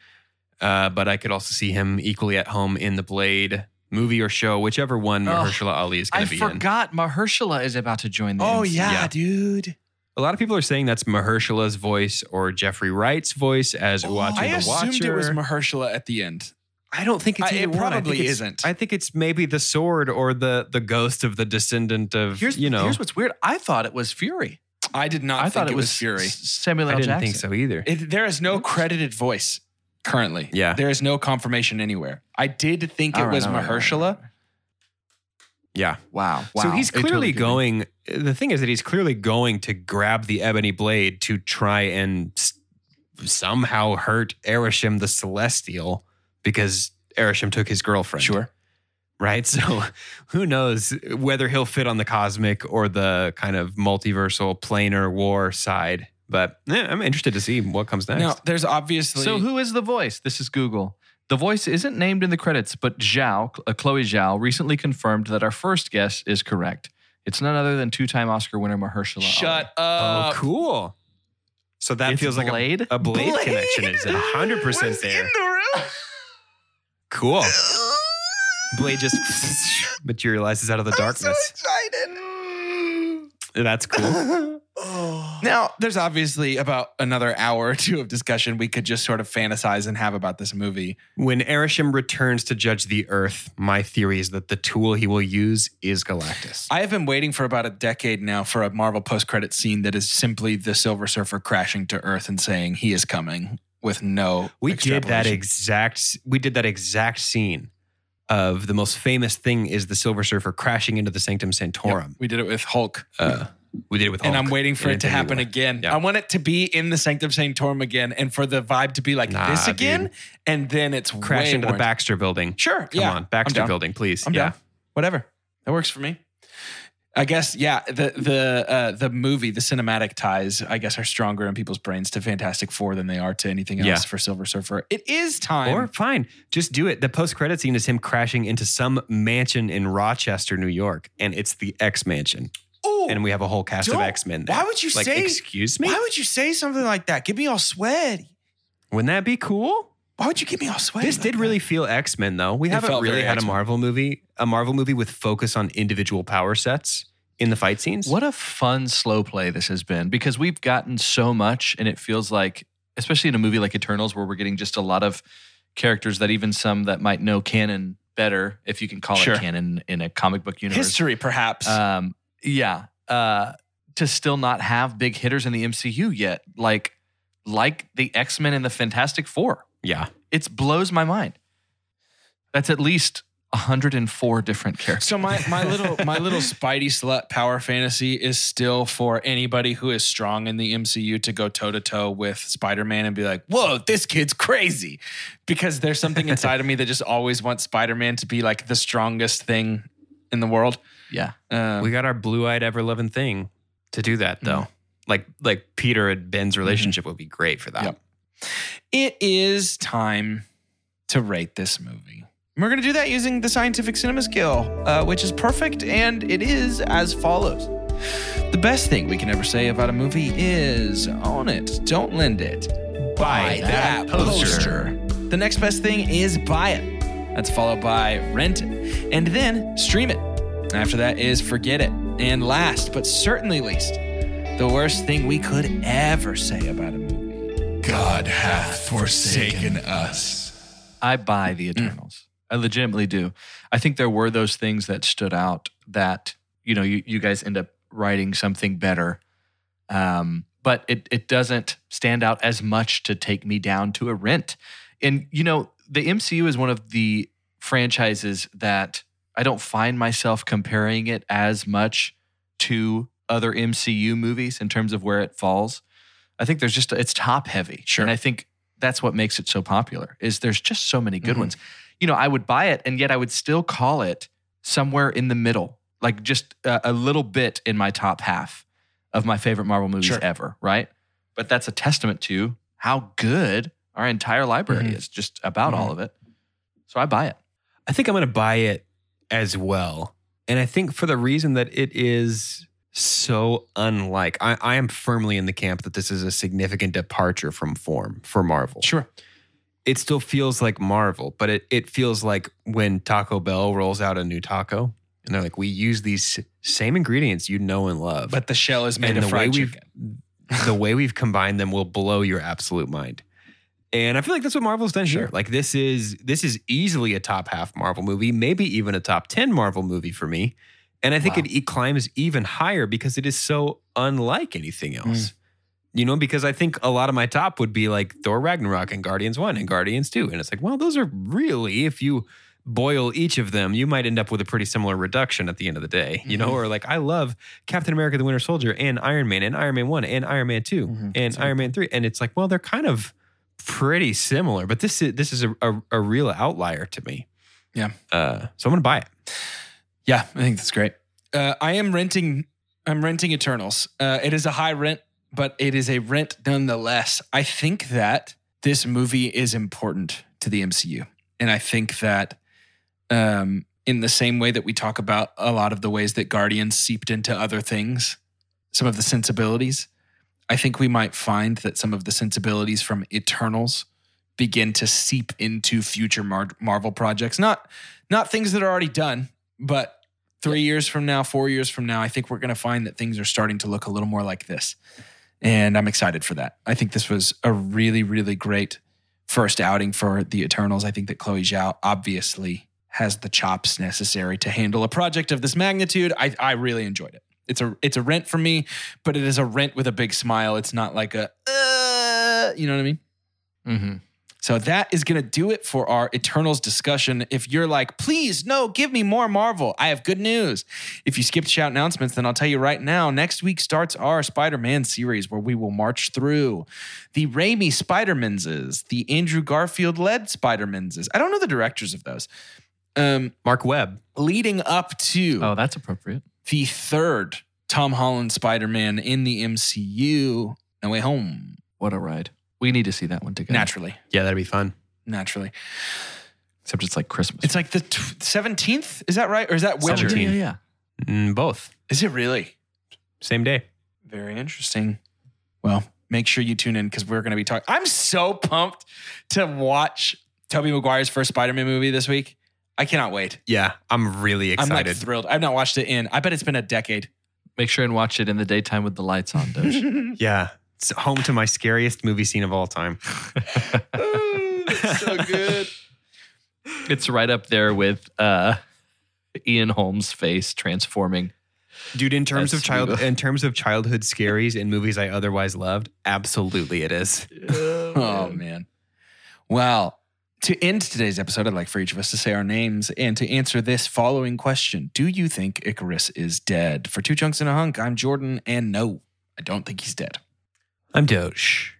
D: Uh, but I could also see him equally at home in the Blade movie or show, whichever one
A: Oh,
D: Mahershala Ali is going
A: I
D: to be in.
A: forgot Mahershala is about to join the
B: Oh
A: MC.
B: yeah,
D: yeah.
B: dude.
D: A lot of people are saying that's Mahershala's voice or Jeffrey Wright's voice as Uatu
B: Oh, I
D: the
B: assumed
D: Watcher.
B: it was Mahershala at the end.
D: I don't think it's
B: I- it
D: either one. I think
B: probably
D: it's-
B: isn't.
D: I think it's maybe the sword or the the ghost of the descendant of
A: Here's,
D: you know.
A: here's what's weird. I thought it was Fury.
B: I did not.
A: I,
B: think
A: thought it was,
B: Fury.
A: S- Samuel
D: I
A: L.
D: didn't
A: Jackson.
D: think so either.
B: It, there is no credited voice currently.
D: Yeah.
B: there is no confirmation anywhere. I did think
A: All
B: it
A: right,
B: was
A: all right, all right,
B: Mahershala.
A: all right.
D: yeah.
A: Wow. wow.
D: So he's
A: It totally
D: clearly
A: did me.
D: going. The thing is that he's clearly going to grab the ebony blade to try and s- somehow hurt Erishim the Celestial because Erishim took his girlfriend.
B: Sure.
D: Right. So who knows whether he'll fit on the cosmic or the kind of multiversal planar war side. But yeah, I'm interested to see what comes next.
B: Now there's obviously
A: So who is the voice? This is Google. The voice isn't named in the credits, but Zhao, uh, Chloe Zhao, recently confirmed that our first guess is correct. It's none other than two-time Oscar winner Mahershala. Ali.
B: shut
D: oh,
B: up.
D: cool. So that
A: It's
D: feels like a,
A: Blade?
D: a blade, connection is 100% there. Cool. Blade just materializes out of the darkness. That's cool.
B: Now there's obviously about another hour or two of discussion we could just sort of fantasize and have about this movie.
D: when Erishim returns to judge the Earth, my theory is that the tool he will use is Galactus.
B: I have been waiting for about a decade now for a Marvel post-credit scene that is simply the Silver Surfer crashing to Earth and saying he is coming with no.
D: we did that
B: extrapolation.
D: exact. We did that exact scene of the most famous thing is the Silver Surfer crashing into the Sanctum Sanctorum.
B: We did it with Hulk.
D: Uh, we did it with Hulk.
B: and I'm waiting for
D: in
B: it to
D: Infinity
B: happen
D: War.
B: again.
D: Yeah.
B: I want it to be in the Sanctum Sanctorum again, and for the vibe to be like
D: Nah,
B: this again,
D: dude.
B: and then it's
D: Crash
B: way
D: into
B: more
D: the Baxter Building.
B: Sure,
D: Come
B: yeah,
D: on, Baxter
B: down.
D: Building, please.
B: I'm
D: yeah.
B: down. whatever that works for me. I guess yeah. The the uh, the movie, the cinematic ties, I guess, are stronger in people's brains to Fantastic Four than they are to anything else
D: Yeah.
B: for Silver Surfer. It is time.
D: Or fine, just do it. The post credit scene is him crashing into some mansion in Rochester, New York, and it's the X Mansion,
B: Ooh,
D: and we have a whole cast of
B: Oh, don't-
D: X Men.
B: why would you
D: like,
B: say-
D: Excuse me?
B: why would you say something like that? Get me all sweaty.
D: Wouldn't that be cool?
B: Why would you get me all sweaty?
D: This
B: like
D: did
B: that?
D: really feel X Men though. We
B: It
D: haven't
B: felt
D: really
B: very
D: had a
B: X-Men.
D: Marvel movie, a Marvel movie with focus on individual power sets in the fight scenes.
A: What a fun slow play this has been because we've gotten so much, and it feels like, especially in a movie like Eternals, where we're getting just a lot of characters that even some that might know canon better, if you can call
B: Sure.
A: it canon in a comic book universe.
B: history, perhaps.
D: Uh,
A: Um, yeah. Uh, to still not have big hitters in the MCU yet, like like the X Men and the Fantastic Four.
D: Yeah,
A: It blows my mind. That's at least 104 different characters.
B: So my my little my little Spidey slut power fantasy is still for anybody who is strong in the MCU to go toe to toe with Spider Man and be like, "Whoa, this kid's crazy," because there's something inside of me that just always wants Spider Man to be like the strongest thing in the world.
A: Yeah.
B: Um,
D: we got our blue eyed ever loving thing to do that
B: Mm.
D: though. Like like Peter and Ben's relationship would be great for that.
B: Mm-hmm. Yep. it is time to rate this movie. And We're going to do that using the scientific cinema scale, uh, which is perfect, and it is as follows. The best thing we can ever say about a movie is own it, don't lend it. Buy that poster. The next best thing is buy it. That's followed by rent it, and then stream it. After that is forget it. And last, but certainly least, the worst thing we could ever say about a movie
E: God hath forsaken us.
A: I buy the Eternals. I legitimately do. I think there were those things that stood out that you know you, you guys end up writing something better, um, but it it doesn't stand out as much to take me down to a rent. And you know the MCU is one of the franchises that I don't find myself comparing it as much to other MCU movies in terms of where it falls. I think there's just it's top heavy,
B: Sure.
A: and I think that's what makes it so popular. Is there's just so many good
B: Mhm.
A: ones. You know, I would buy it, and yet I would still call it somewhere in the middle, like just a, a little bit in my top half of my favorite Marvel movies
B: Sure.
A: ever. Right, but that's a testament to
B: Mm-hmm.
A: how good our entire library is, just about all of it. So I buy it.
D: I think I'm going to buy it as well. And I think for the reason that it is so unlike, I, I am firmly in the camp that this is a significant departure from form for Marvel.
B: Sure.
D: It still feels like Marvel, but it, it feels like when Taco Bell rolls out a new taco and they're like, we use these same ingredients you know and love.
B: But the shell is made
D: and
B: of
D: the way
B: fried
D: we've
B: chicken.
D: the way we've combined them will blow your absolute mind. And I feel like that's what Marvel's done here. Like this is this is easily a top half Marvel movie, maybe even a top ten Marvel movie for me. And I think it, it climbs even higher because it is so unlike anything else. You know, because I think a lot of my top would be like Thor Ragnarok and Guardians One and Guardians Two, and it's like, well, those are really if you boil each of them, you might end up with a pretty similar reduction at the end of the day. You know, or like I love Captain America the Winter Soldier and Iron Man and Iron Man 1 and Iron Man 2 and Iron Man 3 and it's like well they're kind of pretty similar but this is this is a, a, a real outlier to me.
B: Yeah.
D: Uh so I'm going to buy it.
B: Yeah, I think that's great. Uh, I am renting. I'm renting Eternals. Uh, it is a high rent, but it is a rent nonetheless. I think that this movie is important to the MCU, and I think that um, in the same way that we talk about a lot of the ways that Guardians seeped into other things, some of the sensibilities, I think we might find that some of the sensibilities from Eternals begin to seep into future Mar- Marvel projects. Not not things that are already done, but three years from now, four years from now, I think we're going to find that things are starting to look a little more like this. And I'm excited for that. I think this was a really, really great first outing for the Eternals. I think that Chloe Zhao obviously has the chops necessary to handle a project of this magnitude. I, I really enjoyed it. It's a it's a rent for me, but it is a rent with a big smile. It's not like a uh, you know what I mean?
A: Mm-hmm.
B: So that is going to do it for our Eternals discussion. If you're like, please, no, give me more Marvel, I have good news. If you skipped shout announcements, then I'll tell you right now next week starts our Spider Man series where we will march through the Raimi Spider Menses, the Andrew Garfield led Spider Menses. I don't know the directors of those. Um,
D: Mark Webb.
B: leading up to
A: Oh, that's appropriate.
B: the third Tom Holland Spider Man in the MCU, No Way Home.
A: What a ride. We need to see that one together.
B: Naturally.
D: Yeah, that'd be fun.
B: Naturally.
A: Except it's like Christmas.
B: It's like the seventeenth. Is that right? Or is that
A: Yeah,
B: Wilbur?
A: yeah, yeah.
D: Mm, both.
B: Is it really?
D: Same day.
B: Very interesting. Well, make sure you tune in because we're going to be talking. I'm so pumped to watch Tobey Maguire's first Spider-Man movie this week. I cannot wait.
D: Yeah, I'm really
B: I'm like
D: excited.
B: thrilled. I've not watched it in. I bet it's been a decade.
A: Make sure and watch it in the daytime with the lights on, Doge.
D: yeah. It's home to my scariest movie scene of all time.
B: so good.
A: it's right up there with uh, Ian Holmes' face transforming.
D: Dude, in terms
A: That's
D: of child
A: sweet.
D: in terms of childhood scaries and movies I otherwise loved, absolutely it is.
B: Oh man. Well, to end today's episode, I'd like for each of us to say our names and to answer this following question. Do you think Icarus is dead? For two chunks and a hunk, I'm Jordan, and no, I don't think he's dead.
D: I'm Doge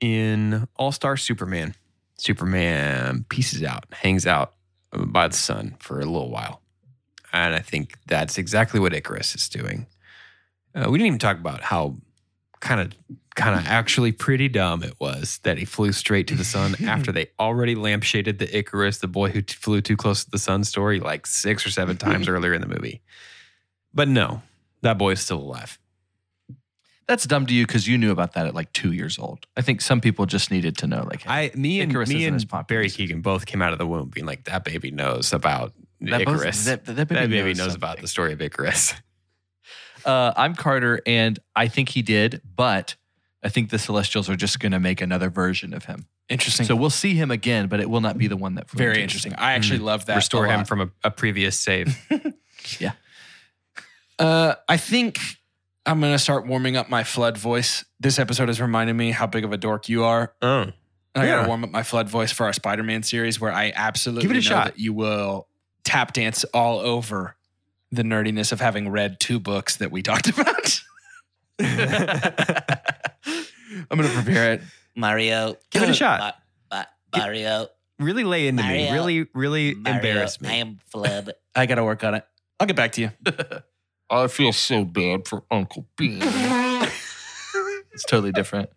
D: in All Star Superman. Superman pieces out, hangs out by the sun for a little while. And I think that's exactly what Icarus is doing. Uh, we didn't even talk about how kind of kind of actually pretty dumb it was that he flew straight to the sun after they already lampshaded the Icarus, the boy who t- flew too close to the sun story like 6 or 7 times earlier in the movie. But no, that boy is still alive.
A: That's dumb to you because you knew about that at like two years old. I think some people just needed to know. Like,
D: I, me and
A: Icarus
D: me
A: isn't
D: and
A: as popular
D: Barry
A: as-
D: Keegan both came out of the womb being like, "That baby knows about
A: that, both-
D: Icarus. that,
A: that, that baby,
D: baby
A: knows
D: knows, about
A: something.
D: the story of Icarus."
A: Uh, I'm Carter, and I think he did, but I think the Celestials are just going to make another version of him.
B: Interesting.
A: So we'll see him again, but it will not be the one that. flew into
B: Very
A: the
B: interesting. I actually love that.
D: Restore
B: a
D: him
B: lot.
D: from a, a previous save.
B: Uh, I think I'm gonna start warming up my flood voice. This episode has reminded me how big of a dork you are.
D: oh,
B: And I
D: Yeah.
B: gotta warm up my flood voice for our Spider-Man series, where I absolutely
D: Give it a
B: know
D: shot.
B: that you will tap dance all over the nerdiness of having read two books that we talked about. I'm gonna prepare it.
H: Mario.
D: Give it a shot.
H: Ma- ma- Mario.
D: really lay into me.
H: Mario.
D: Really, really
H: Mario,
D: embarrass
H: I
D: me.
H: am flub.
B: I gotta work on it. I'll get back to you.
H: I feel so bad for Uncle B.
A: It's totally different.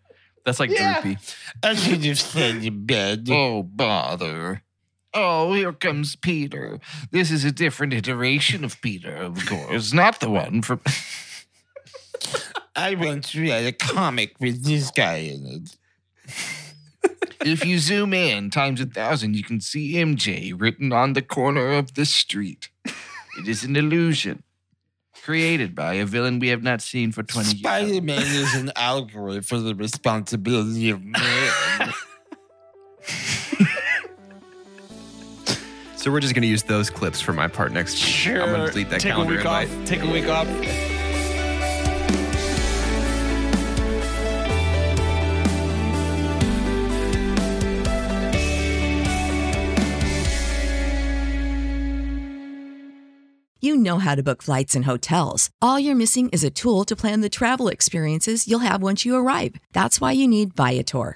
A: That's like
B: Yeah.
A: droopy.
H: I should have stayed in bed. Oh, bother. Oh, here comes Peter. This is a different iteration of Peter, of course, not the one from. I once read a comic with this guy in it. if you zoom in times a thousand, you can see MJ written on the corner of the street. It is an illusion created by a villain we have not seen for 20 years.
E: Man is an allegory for the responsibility of man.
D: So we're just going to use those clips for my part next week. I'm going to delete that
B: Take a
D: calendar
B: week off.
D: invite.
B: Take a week off.
I: You know how to book flights and hotels. All you're missing is a tool to plan the travel experiences you'll have once you arrive. That's why you need Viator.